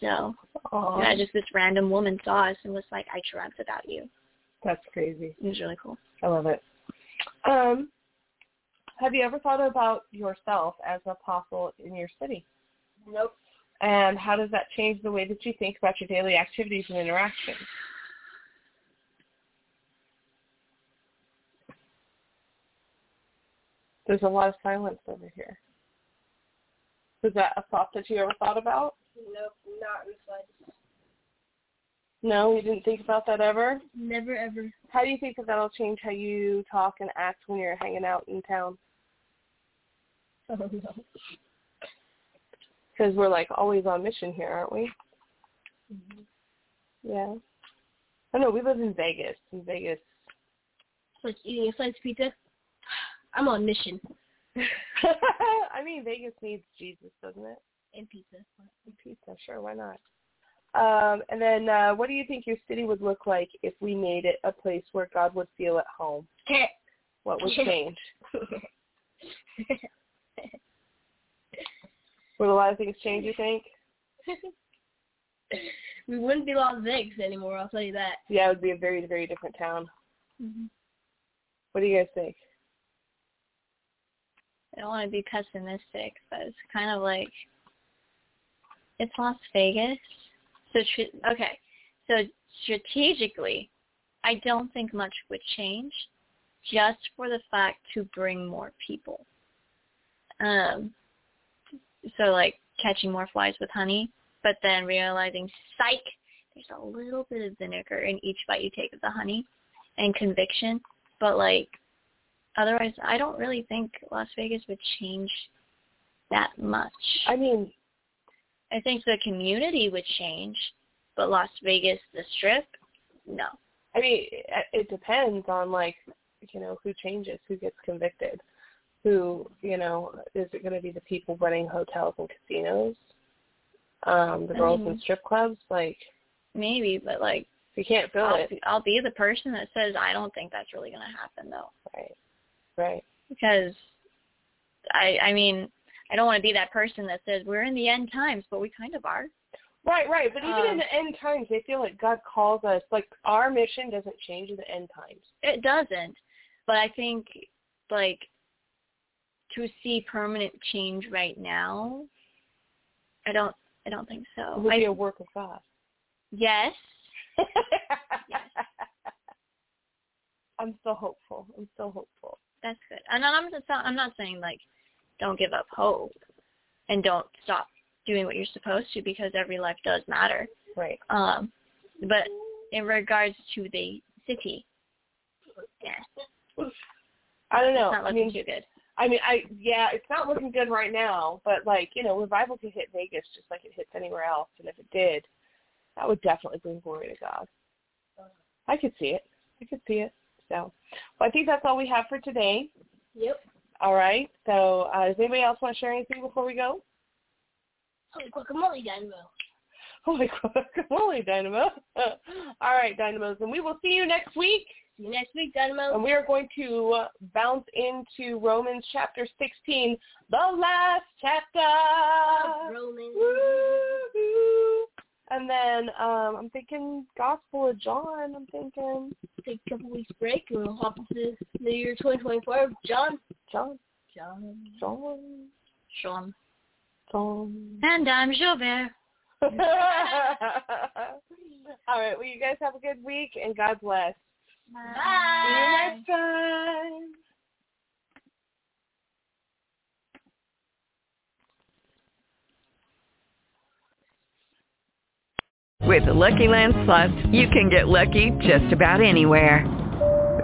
So, Aw. yeah, just this random woman saw us and was like, "I dreamt about you." That's crazy. It was really cool. I love it. Um, have you ever thought about yourself as an apostle in your city? Nope. And how does that change the way that you think about your daily activities and interactions? There's a lot of silence over here. Was that a thought that you ever thought about? Nope. Not in the slightest. No, you didn't think about that ever? Never ever. How do you think that that'll change how you talk and act when you're hanging out in town? Oh no. Because we're like always on mission here, aren't we? Yeah. I know we live in Vegas. In Vegas. It's like eating a slice of pizza. I'm on mission. I mean, Vegas needs Jesus, doesn't it? And pizza. And pizza, sure, why not? Um, and then, uh, what do you think your city would look like if we made it a place where God would feel at home? What would change? Would a lot of things change? You think? we wouldn't be Las Vegas anymore. I'll tell you that. Yeah, it would be a very, very different town. What do you guys think? I don't want to be pessimistic, but it's kind of like it's Las Vegas. So tr- okay, so strategically, I don't think much would change, just for the fact to bring more people. Um, so like catching more flies with honey, but then realizing, psych, there's a little bit of vinegar in each bite you take of the honey, and conviction. But like otherwise I don't really think Las Vegas would change that much. I mean, I think the community would change, but Las Vegas, the Strip, no. I mean, it, it depends on like, you know, who changes, who gets convicted, who, you know, is it going to be the people running hotels and casinos, um, the I girls in mean- strip clubs? Like, Maybe, but like you can't fill I'll, it, I'll be the person that says I don't think that's really going to happen though, right? Right. because I I mean I don't want to be that person that says we're in the end times, but we kind of are. Right, right. But even in Um, the end times, they feel like God calls us. Like our mission doesn't change in the end times. It doesn't, but I think like to see permanent change right now, I don't. I don't think It so. would I, be a work of God. yes, I'm still hopeful. I'm still hopeful. that's good. And I'm just not, I'm not saying like don't give up hope and don't stop doing what you're supposed to because every life does matter. Right. Um, but in regards to the city, yeah, I don't know. it's not I looking mean, too good. I mean, I yeah, it's not looking good right now, but like you know, revival could hit Vegas just like it hits anywhere else, and if it did, that would definitely bring glory to God. I could see it. I could see it. So, well, I think that's all we have for today. Yep. All right. So, uh, does anybody else want to share anything before we go? Holy Oh, guacamole dynamo. Holy guacamole, Dynamo! all right, Dynamos, and we will see you next week. See you next week, Dynamo. And we are going to uh, bounce into Romans chapter 16, the last chapter. Romans. Woo-hoo. And then um, I'm thinking Gospel of John. I'm thinking Take a couple weeks break and we'll hop into the year 2024. John. John, John. John, Sean. John. And I'm Jobert. all right. Well, you guys have a good week and God bless. See you Bye. next time. With the Lucky Land Slots, you can get lucky just about anywhere.